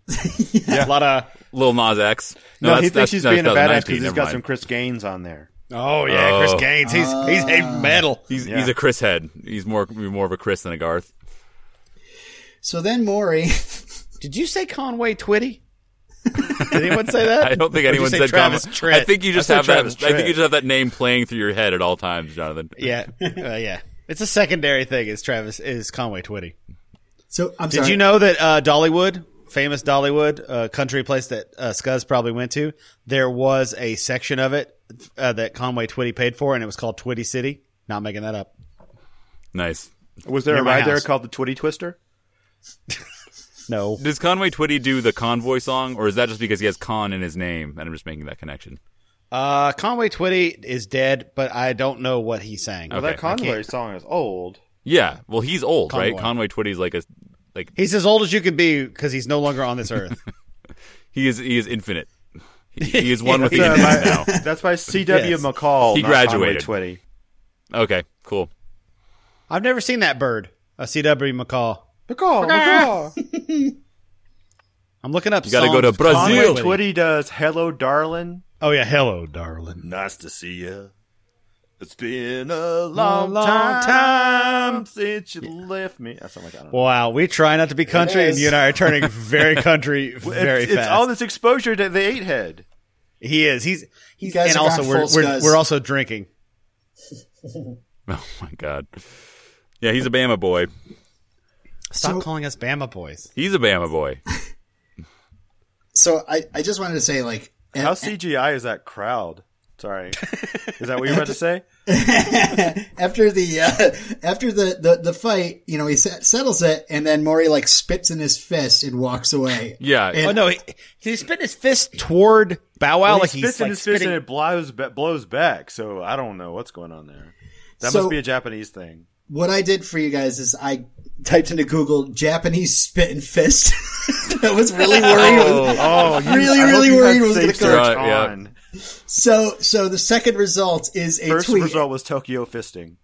A lot of
Little Nas X.
no, he thinks
that's-
he's
that's
being a
2019,
badass because he's
never
got
mind.
some Chris Gaines on there.
oh Ah. yeah, Chris Gaines. He's he's a metal.
He's, he's a Chris head. He's more more of a Chris than a Garth.
So then Maury,
Did you say Conway Twitty? Did anyone say that?
I don't think
Or did you
anyone
say
said
Travis
Conway.
Tritt.
I think you just
said
have
Travis
that. I think
Tritt.
you just have that name playing through your head at all times, Jonathan.
yeah, uh, yeah. It's a secondary thing. Is Travis is Conway Twitty?
So I'm
Did
sorry.
you know that uh, Dollywood, famous Dollywood, uh, country place that uh, Scuzz probably went to, there was a section of it uh, that Conway Twitty paid for, and it was called Twitty City. Not making that up.
Nice.
Was there
Near
a
my
ride there
house.
called the Twitty Twister?
No,
Does Conway Twitty do the convoy song, or is that just because he has Con in his name and I'm just making that connection?
uh, Conway Twitty is dead, but I don't know what he sang.
Well, that
Okay, I
Conway song is old.
Yeah. Well, he's old, right?
Conway.
Conway Twitty's like a like
He's as old as you can be because he's no longer on this earth.
he is he is infinite. He, he is one with the
Yeah,
infinite
by-
now.
That's by C.W.
Yes.
McCall.
He
not Conway
graduated.
Twitty.
Okay, cool.
I've never seen that bird, a C.W. McCall.
McCall. McCall.
I'm looking up.
You gotta go
songs
to
of Conway
Brazil.
Twitty.
Twitty does "Hello, Darling."
Oh yeah, hello, darling.
Nice to see you. It's been a
Long, long time.
since you left me. That's something like that.
Wow, we try not to be country, and
is.
you and I are turning very country very
it's, it's
fast.
all this exposure to the eight head.
he is. He's he's
guys
and
are
also
not
we're
full
we're,
Scuzz.
we're also drinking.
Oh my god. Yeah, he's a Bama boy.
Stop
So-
calling us Bama boys.
He's a Bama boy.
so I, I just wanted to say like
How CGI is that crowd? Sorry, is that what you were about to say?
after the uh, after the, the the fight, you know, he set, settles it, and then Maury like spits in his fist and walks away.
Yeah.
And-
Oh no, he, he spit his fist toward Bow Wow
Well,
like
he
he's
spits in
like
his fist
spitting.
and it blows ba- blows back. So I don't know what's going on there. That
So-
must be a Japanese thing.
What I did for you guys is I typed into Google Japanese spit and fist. I was really worried.
Oh, you,
Really,
I hope
really
you
worried
had
it was gonna
safe
come.
search
Right, yeah.
on.
So so the second result is a
First
tweet.
result was Tokyo fisting.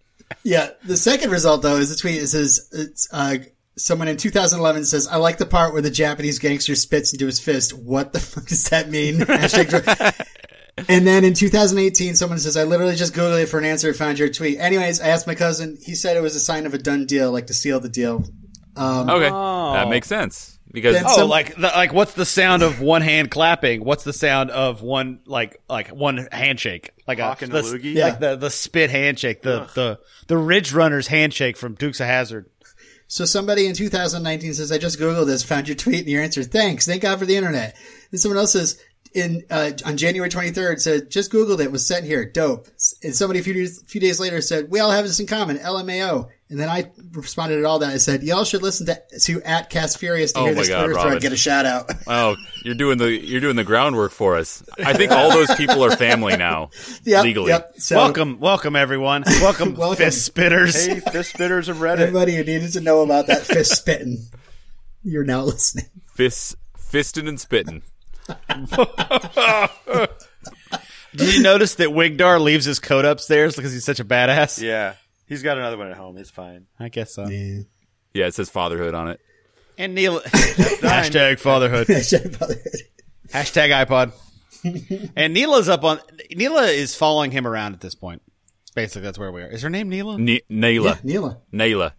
Yeah, the second result though is a tweet. It says it's, uh, someone in 2011 says, "I like the part where the Japanese gangster spits into his fist. What the fuck does that mean?" Hashtag dr- and then in 2018, someone says, "I literally just googled it for an answer and found your tweet." Anyways, I asked my cousin. He said it was a sign of a done deal, like to seal the deal.
okay. That makes sense because
Then
Oh,
some-
like the, like what's the sound of one hand clapping? What's the sound of one like like one handshake? Like
Hawk
a
and
the,
a loogie?
like the the spit handshake, the the the Ridge Runners handshake from Dukes of Hazard.
So somebody in 2019 says, I just Googled this, found your tweet and your answer. Thanks. Thank God for the internet. And someone else says, in, uh, on January 23rd said, just Googled it, was sent here. Dope. And somebody a few days, few days later said, we all have this in common, LMAO. And then I responded to all that. I said, y'all should listen to, to at Cast Furious to
Oh
hear
my
this
God,
Twitter
Robin.
thread get a shout out.
oh, you're doing the you're doing the groundwork for us. I think all those people are family now
Yep,
legally.
Yep. So
welcome, welcome everyone. Welcome,
Welcome.
fist spitters.
Hey, fist spitters of Reddit.
everybody who needed to know about that fist spitting, you're now listening.
Fist fisting and spitting.
Did you notice that Wigdar leaves his coat upstairs because he's such a badass?
Yeah, he's got another one at home. It's fine.
I guess so.
Yeah, it says fatherhood on it.
And Neil hashtag fatherhood hashtag iPod. and Neela's up on Neela is following him around at this point. Basically, that's where we are. Is her name Neela?
N- Naila.
Neela.
Naila.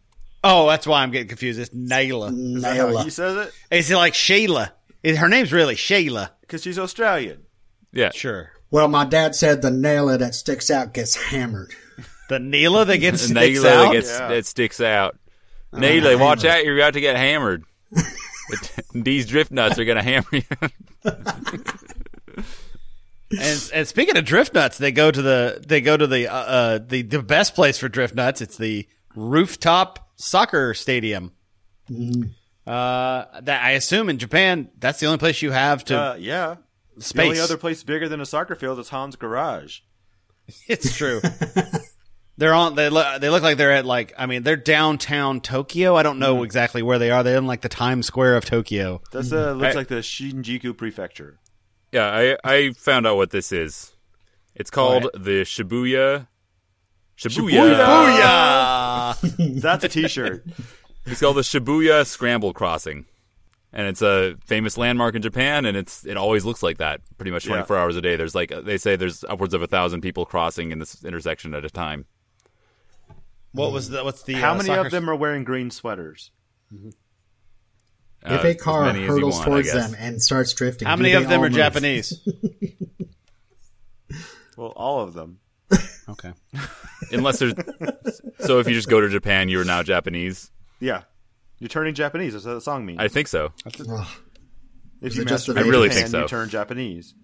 Oh, that's why I'm getting confused. It's Naila.
Is that how
Naila.
He says it
Is it like Shayla? Is, her name's really Shayla.
because she's Australian.
Yeah.
Sure.
Well, my dad said the nailer that sticks out gets hammered.
The Neela that gets sticks
Naila
out.
that gets that sticks out.
Oh,
Naila, watch out! You're about to get hammered. These drift nuts are gonna hammer you.
and, and speaking of drift nuts, they go to the they go to the uh, uh, the the best place for drift nuts. It's the rooftop soccer stadium. Uh, that I assume in Japan, that's the only place you have to
Uh, yeah. The
space.
only other place bigger than a soccer field is Hans' garage.
It's true. they're on. They look. They look like they're at like. I mean, they're downtown Tokyo. I don't know exactly where they are. They're in like the Times Square of Tokyo.
That's uh, looks
I-
like the Shinjuku Prefecture.
Yeah, I I found out what this is. It's called the Shibuya. Shibuya.
Uh, That's a T-shirt.
It's called the Shibuya Scramble Crossing, and it's a famous landmark in Japan. And it's it always looks like that pretty much 24 hours a day. There's like they say there's upwards of a thousand people crossing in this intersection at a time.
What was the? What's the?
How
uh,
many
soccer-
of them are wearing green sweaters?
If a
Uh, as
car
many as you
hurtles
want, I
towards
guess.
them and starts drifting,
How
do
many
they
of them
all
are
move?
Japanese?
Well, all of them.
okay.
Unless there's so if you just go to Japan, you are now Japanese.
Yeah. You're turning Japanese. That's what the song means.
I think so.
if
Is
you
it just
masturbate,
that they
in
I really
Japan,
think so. Hmm.
you turn Japanese.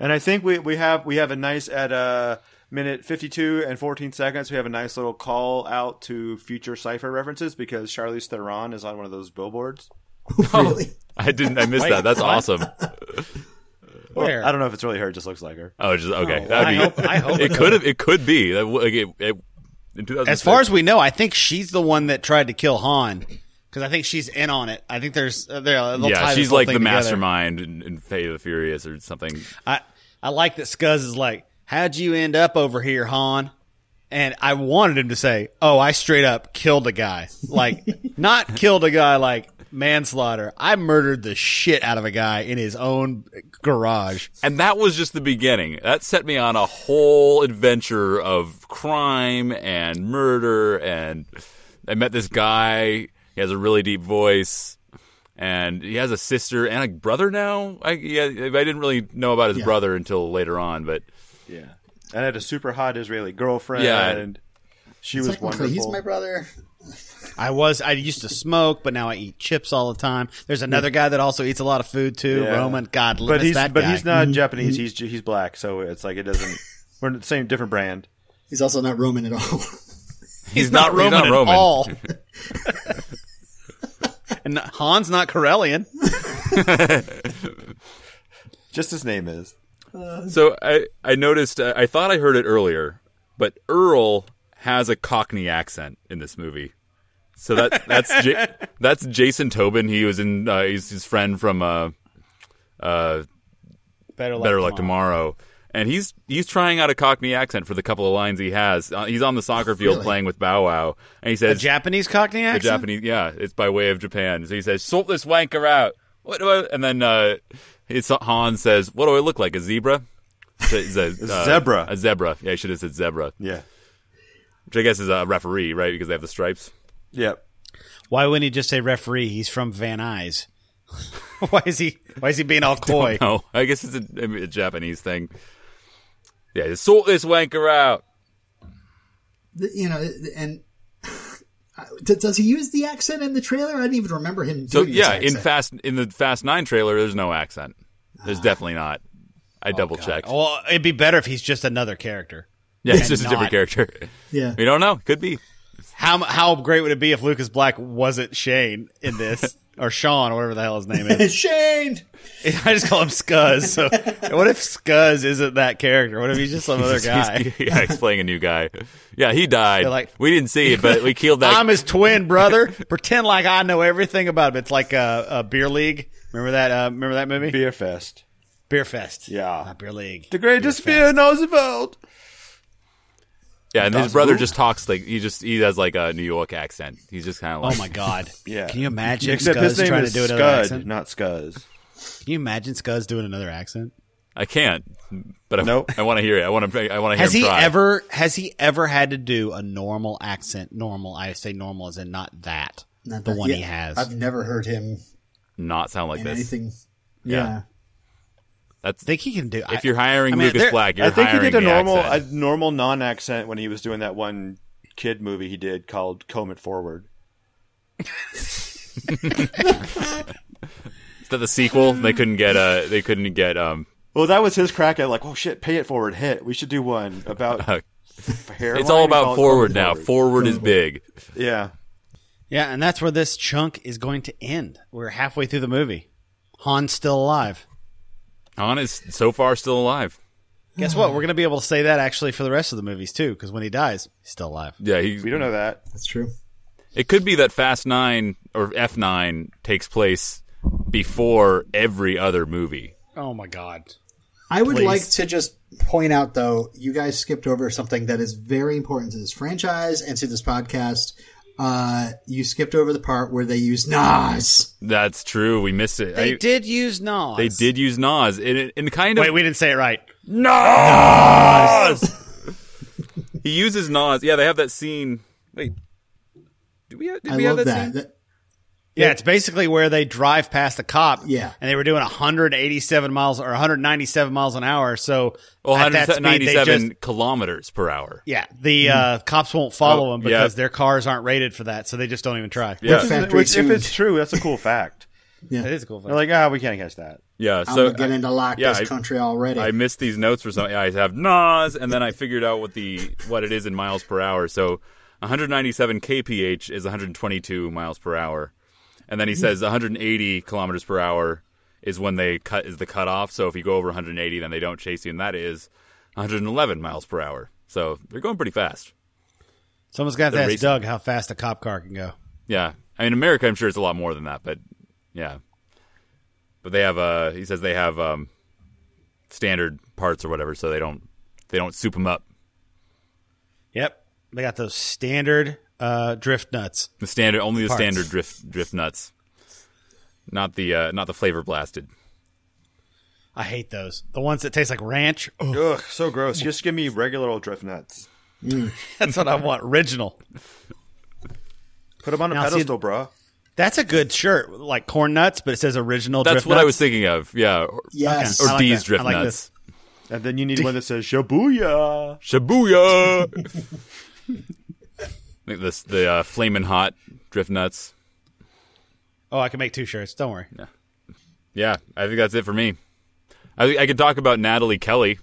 And I think we, we have we have a nice at uh, minute fifty two and fourteen seconds. We have a nice little call out to future cipher references because Charlize Theron is on one of those billboards.
really?
I didn't. I missed that. That's awesome.
Where?
I don't know if it's really her; it just looks like her.
Oh, just okay.
Oh,
That'd
I
be.
hope- I hope
it
so.
could have. It could be. That w- like, it- it- in 2006.
As far as we know, I think she's the one that tried to kill Han because I think she's in on it. I think there's uh, they'll they'll tie
yeah,
this
she's
whole
like
thing
the
together.
mastermind in, in Fate of the Furious or something.
I I like that Scuzz is like, "How'd you end up over here, Han?" And I wanted him to say, "Oh, I straight up killed a guy." Like, not killed a guy like manslaughter. I murdered the shit out of a guy in his own garage.
And that was just the beginning. That set me on a whole adventure of crime and murder. And I met this guy. He has a really deep voice. And he has a sister and a brother now. I, yeah, I didn't really know about his brother until later on, but
Yeah, and I had a super hot Israeli girlfriend.
Yeah.
and she was
Technically,
wonderful.
he's my brother.
I was I used to smoke, but now I eat chips all the time. There's another guy that also eats a lot of food too,
Yeah.
Roman. God,
but
it's
he's
that
but
guy.
he's
Mm-hmm.
not Japanese. He's he's black, so it's like it doesn't. We're in the same different brand.
He's also not Roman at all.
he's, not, Roman
at all. and Han's not Corellian.
Just his name is.
So I, I noticed, uh, I thought I heard it earlier, but Earl has a Cockney accent in this movie. So that that's J- that's Jason Tobin. He was in uh, he's his friend from uh, uh,
Better luck
Better Luck Tomorrow, and he's he's trying out a Cockney accent for the couple of lines he has. Uh, he's on the soccer field playing with Bow Wow, and he
A
says
Japanese Cockney
the
accent.
Japanese, yeah, it's by way of Japan. So he says, "Sort this wanker out." What do I? And then uh, it's Han says, "What do I look like? A zebra?" It's a- it's a, uh,
zebra.
A zebra. Yeah, I should have said zebra,
Yeah.
which I guess is a referee, right? Because they have the stripes.
Yep.
Why wouldn't he just say referee? He's from Van Nuys. why is he? Why is he being all coy?
No, I guess it's a, a Japanese thing. Yeah, just sort this wanker out.
The- you know, and d- does he use the accent in the trailer? I didn't even remember him doing
So
this
yeah, in
accent.
fast in the Fast Nine trailer, there's no accent. There's definitely not. I double checked.
Well, it'd be better if he's just another character.
yeah, it's just a
not.
different character.
Yeah.
we don't know. Could be.
How how great would it be if Lucas Black wasn't Shane in this or Sean or whatever the hell his name is?
Shane.
I just call him Scuzz. So what if Scuzz isn't that character? What if he's just some other guy?
He's, yeah, he's playing a new guy. Yeah, he died.
They're like-
we didn't see it, but we killed that.
I'm his twin brother. Pretend like I know everything about him. It's like a, a beer league. Remember that? Uh, remember that movie?
Beer
Beer,
fest.
fest.
Yeah.
Not beer league.
The greatest beer in Roosevelt.
yeah, and his brother just talks like he just he has like a New York accent. He's just kind of like
Oh my god!
Yeah.
Can you imagine
Except his
Scuzz
name
trying
is
to do another
Scud,
accent?
not Scuzz.
Can you imagine Scuzz doing another accent?
I can't, but I,
Nope.
I want to hear it. I want to. I want to hear.
Has
him
he
try.
ever? Has he ever had to do a normal accent? Normal. I say normal as in not that.
Not
the
that-
one
yeah,
he has.
I've never heard him
not sound like
in
this?
anything.
Yeah.
Yeah.
That's
think he can do.
if you're hiring
I mean,
Lucas
there-
Black, you're
I think he
hiring
did
the
a normal a
accent.
normal non accent when he was doing that one kid movie he did called Comb It Forward.
Is that the sequel? They couldn't get. Uh, they couldn't get. Um,
Well, that was his crack at like, oh shit, pay it forward hit. We should do one about hairline.
it's all
and call
about
it
forward
Comb It
now. Forward is big.
Yeah.
Yeah, and that's where this chunk is going to end. We're halfway through the movie. Han's still alive.
Han is so far still alive.
Guess what? We're going to be able to say that actually for the rest of the movies too, because when he dies, he's still alive.
Yeah, he,
We don't know that.
That's true.
It could be that Fast Nine or F Nine takes place before every other movie.
Oh my god!
I would
Please.
like to just point out, though, you guys skipped over something that is very important to this franchise and to this podcast. Uh, you skipped over the part where they use Nas.
That's true. We missed it.
They
I-
did use Nas.
they did use Nas in in kind of
Wait, we didn't say it right.
Nas. he uses Nas. Yeah, they have that scene. Wait, do we have, did
I
we
love
have that,
that.
scene?
That-
Yeah, it's basically where they drive past the cop.
Yeah.
and they were doing 187 miles or 197 miles an hour. So
Well,
at that speed, they
197
just
kilometers per hour.
yeah, the uh, cops won't follow
Hmm. Oh,
them because
yeah.
their cars aren't rated for that, so they just don't even try.
Yeah.
Factory
Which, if
tuned.
it's true, that's a cool fact.
It is a cool. Thing.
They're like, ah, we can't catch that.
Yeah.
I'm
So
gonna get into lock
yeah,
this
I-
country already.
I missed these notes for something. I have Nas, and then I figured out what the what it is in miles per hour. So 197 kph is 122 miles per hour, and then he says 180 kilometers per hour is when they cut is the cutoff. So if you go over 180, then they don't chase you, and that is 111 miles per hour. So they're going pretty fast.
Someone's got to
They're
ask
racing.
Doug how fast a cop car can go.
Yeah, I mean America, I'm sure it's a lot more than that, but yeah. But they have uh he says they have um standard parts or whatever, so they don't they don't soup them up.
Yep, they got those standard uh, drift nuts.
The standard, only the
Parts.
standard drift drift nuts, not the uh, not the flavor blasted.
I hate those. The ones that taste like ranch. Oh, Ugh,
Ugh, so gross. Just give me regular old drift nuts.
that's what I want. Original.
Put them on a
Now, see-
pedestal, bro.
That's a good shirt, like corn nuts, but it says original.
That's
drift
what I
nuts.
was thinking of. Yeah, or,
yes.
or
I like
D's
that.
drift
I like
nuts.
And then you need one that says Shibuya.
Shibuya. I think this the uh, flaming hot drift nuts.
Oh, I can make two shirts. Don't worry.
Yeah, I think that's it for me. I think I could talk about Natalie Kelly.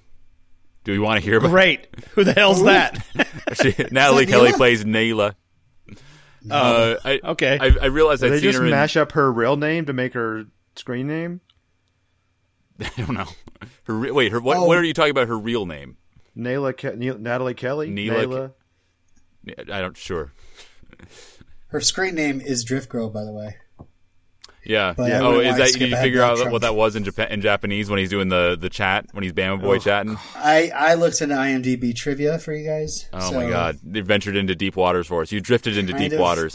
Do we want to hear about
Great. Who the hell's that? Oh,
She- Natalie
Is that
Kelly
Neela?
plays Nayla. Uh, I,
okay.
I, I realized
Did
I'd
they
seen
just
her in.
mash up her real name to make her screen name?
I don't know. Her, re- wait, her what?
Oh.
What are you talking about? Her real name?
Nayla, Ke- Ne- Natalie Kelly.
Neela
Nayla.
I don't sure.
Her screen name is Drift Girl, by the way.
Yeah.
But I
Oh,
wouldn't
is
wanna
that
skip
did you
ahead
figure
that
out
chunk.
what that was in Japan in Japanese when he's doing the the chat when he's Bama
Oh,
boy chatting?
I I looked into IMDb trivia for you guys.
Oh
so-
my god, they ventured into deep waters for us. You drifted into
Kind
deep
of.
waters.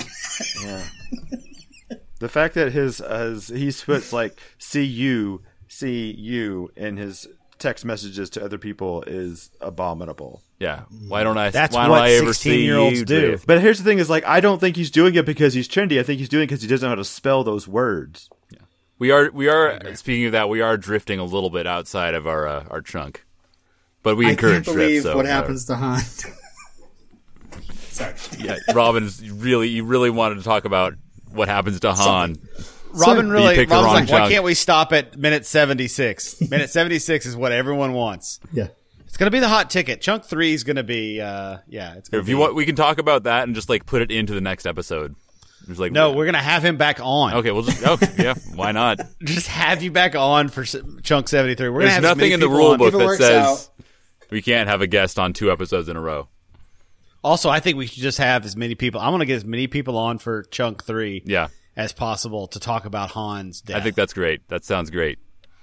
The fact that his uh, his- he puts like "see you, see you" in his text messages to other people is abominable.
Yeah. Why don't I?
That's
why don't
what
I ever see
16-year-olds
you
do.
drift?
But here's the thing: is like I don't think he's doing it because he's trendy. I think he's doing it because he doesn't know how to spell those words.
We are we are speaking of that. We are drifting a little bit outside of our uh, our trunk, but we
I can't
encourage
believe
drift. So
what
whatever.
happens to Han. Sorry.
Yeah, Robin's really you really wanted to talk about what happens to Han.
Robin
You
really.
picked the
Robin's
wrong
like, why
chunk."
can't we stop at minute seventy six? minute seventy six is what everyone wants.
Yeah.
It's gonna be the hot ticket. Chunk three is gonna be. Uh, yeah, it's gonna
If
be.
you want, we can talk about that and just like put it into the next episode. Just like
no, we're gonna have him back on.
okay. We'll just okay. Yeah, why not?
Just have you back on for s- chunk seventy three. We're gonna
There's
have as
nothing
many
in the
people
rule
on.
book
If it
that
works
says we can't have a guest on two episodes in a row.
Also, I think we should just have as many people. I want to get as many people on for chunk three.
Yeah.
As possible to talk about Han's death.
I think that's great. That sounds great.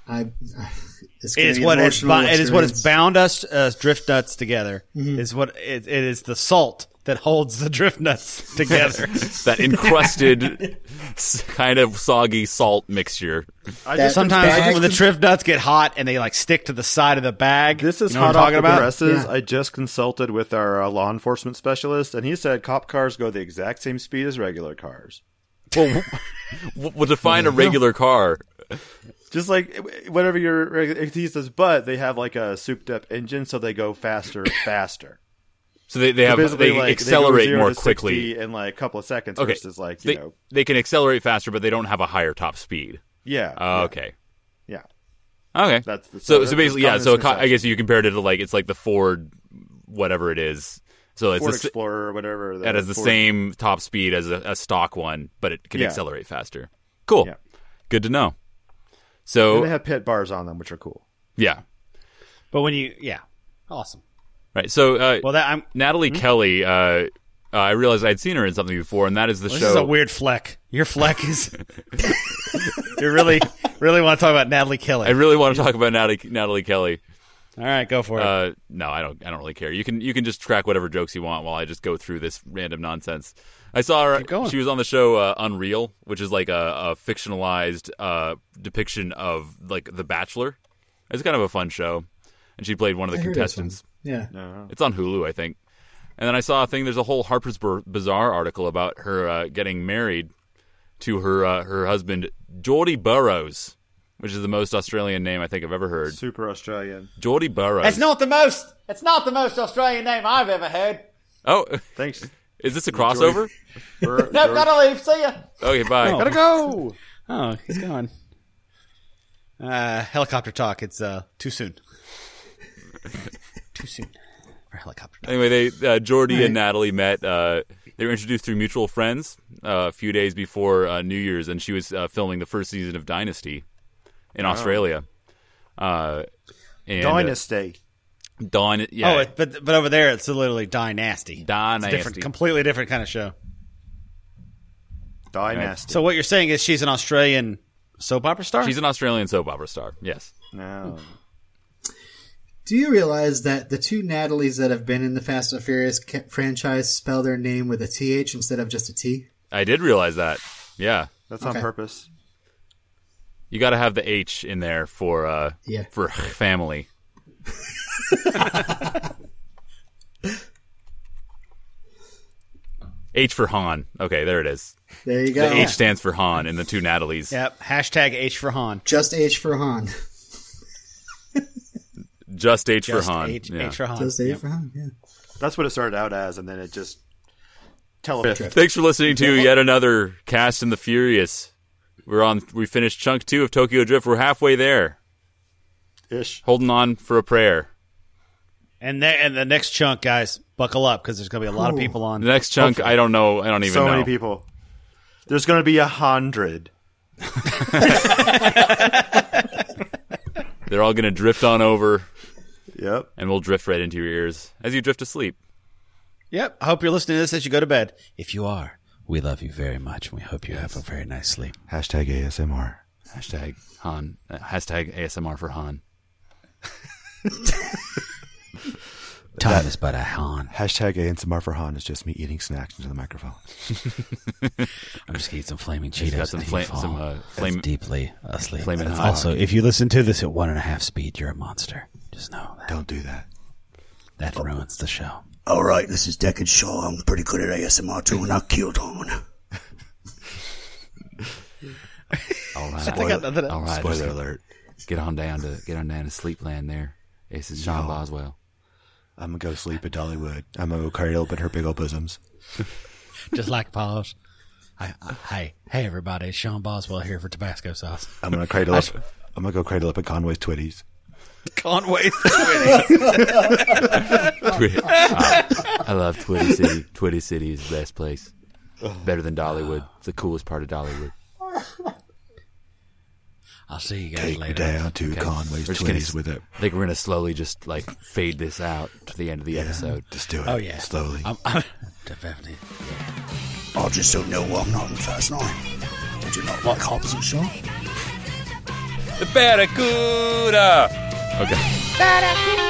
I, it's
it
gonna
is
be
what
an
has
emotional
bo- it is what has
experience.
bound us uh, drift nuts together.
Mm-hmm.
Is what it, it is the salt that holds the drift nuts together.
That encrusted s- kind of soggy salt mixture.
That
Sometimes
bag-
when the drift nuts get hot and they like stick to the side of the bag.
This is
you know what
hot
I'm
off
talking
the
about.
presses.
Yeah.
I just consulted with our uh, law enforcement specialist, and he said cop cars go the exact same speed as regular cars.
Well, we'll, we'll define a regular car.
Just like whatever your reg- he says, but they have like a souped-up engine, so they go faster, faster.
So they, they have
Basically,
they
like, go
accelerate
zero
more
to 60
quickly.
in like a couple of seconds
Okay.
versus like you
They,
know,
they can accelerate faster, but they don't have a higher top speed.
yeah,
Oh, okay.
yeah.
Okay.
That's the-
so
that's
so
the
basically yeah.
common
So a co- I
misconception.
guess you compared it to like it's like the Ford, whatever it is. So it's
Ford
the, s-
Explorer or whatever.
that has the
Ford-
same top speed as a, a stock one, but it can
Yeah.
accelerate faster. Cool.
Yeah.
Good to know.
And
So
they have pit bars on them, which are cool.
yeah,
But when you yeah, awesome.
right. So uh,
Well, that I'm.
Natalie Kelly, uh, uh, I realized I'd seen her in something before, and that is the
This
show.
is a weird fleck. Your fleck is. you really really want to talk about Natalie Kelly.
I really want to talk about Natalie, Natalie Kelly.
All right, go for it.
Uh, no, I don't. I don't really care. You can you can just track whatever jokes you want while I just go through this random nonsense. I saw her.
going.
She was on the show uh, Unreal, which is like a, a fictionalized uh, depiction of like The Bachelor. It's kind of a fun show, and she played one of the
I heard this one.
contestants.
Yeah.
It's on Hulu, I think. And then I saw a thing. There's a whole Harper's Bar- Bazaar article about her uh, getting married to her uh, her husband Geordie Burrows, which is the most Australian name I think I've ever heard.
Super Australian.
Geordie Burrows.
It's not the most. It's not the most Australian name I've ever heard.
oh,
Thanks.
is this a crossover?
Bur-
Nope, gotta leave. See ya.
okay, bye.
Gotta go.
uh,
Oh, he's gone. Uh, helicopter talk. It's uh too soon. too soon for helicopter talk.
Anyway, they uh, Jordy and Natalie met. Uh, they were introduced through mutual friends uh, a few days before uh, New Year's, and she was uh, filming the first season of Dynasty in
Oh.
Australia. Uh, and, uh,
Dynasty.
Dyn- yeah,
Oh, it, but but over there it's literally dynasty. It's a different,
Dynasty.
completely different kind of show.
Dynasty.
So what you're saying is she's an Australian soap opera star.
she's an Australian soap opera star. Yes,
No.
Do you realize that the two Natalies that have been in the Fast and Furious ca- franchise spell their name with a TH instead of just a T?
I did realize that. Yeah,
That's
Okay.
on purpose.
you got to have the H in there for uh,
Yeah.
for family. H for Han. Okay, there it is.
There you go.
The H stands for Han and the two Natalies.
yep. Hashtag H for Han.
Just H for Han.
Just H
Just
for Han.
H,
Yeah.
H for Han.
Just H for Han. Yeah.
That's what it started out as, and then it just teleported.
Thanks for listening to yet another Cast and the Furious. We're on. We finished chunk two of Tokyo Drift. We're halfway there,
Ish.
holding on for a prayer.
And there, and the next chunk, guys, buckle up because there's gonna be a lot of people on.
The next chunk, I don't know. I don't even
So
know.
many people. There's going to be a hundred.
They're all going to drift on over,
Yep.
and we'll drift right into your ears as you drift to sleep.
Yep. I hope you're listening to this as you go to bed. If you are, we love you very much, and we hope you have a very nice sleep.
Hashtag ASMR.
Hashtag Han. Uh, Hashtag ASMR for Han.
Time is but a han.
Hashtag ASMR for Han is just me eating snacks into the microphone.
I'm just gonna eat some flaming
got
Cheetos.
some
and
fla-
you fall
some, uh, flame-
deeply asleep.
flaming
And
hot.
Also, if you listen to this at one and a half speed, you're a monster. Just know that.
Don't do that.
That ruins the show.
All right, this is Deckard Shaw. I'm pretty good at ASMR too, and I killed on.
All right. All right.
Spoiler alert.
Get on down to get on down to Sleepland. There, this is John Boswell.
I'm going to go sleep at Dollywood. I'm going to cradle up in her big old bosoms.
Just like Paul's. I, I, hey, hey, everybody! It's Sean Boswell here for Tabasco sauce.
I'm going to cradle up. I'm going to go cradle up at Conway's Twitties.
Conway.
Twi- Uh, I love Twitty City. Twitty City is the best place. Better than Dollywood. It's the coolest part of Dollywood.
I'll see you guys
Take me
later.
down to Conway's
We're just gonna
Twitties
s-
with it.
I think we're gonna slowly just like fade this out to the end of the episode.
Just do it.
Oh yeah.
Slowly.
I'm, I'm definitely.
I just don't know why I'm not in Fast Nine. Did you not like Hobbs and Shaw?
The Barracuda. Okay.
Barracuda!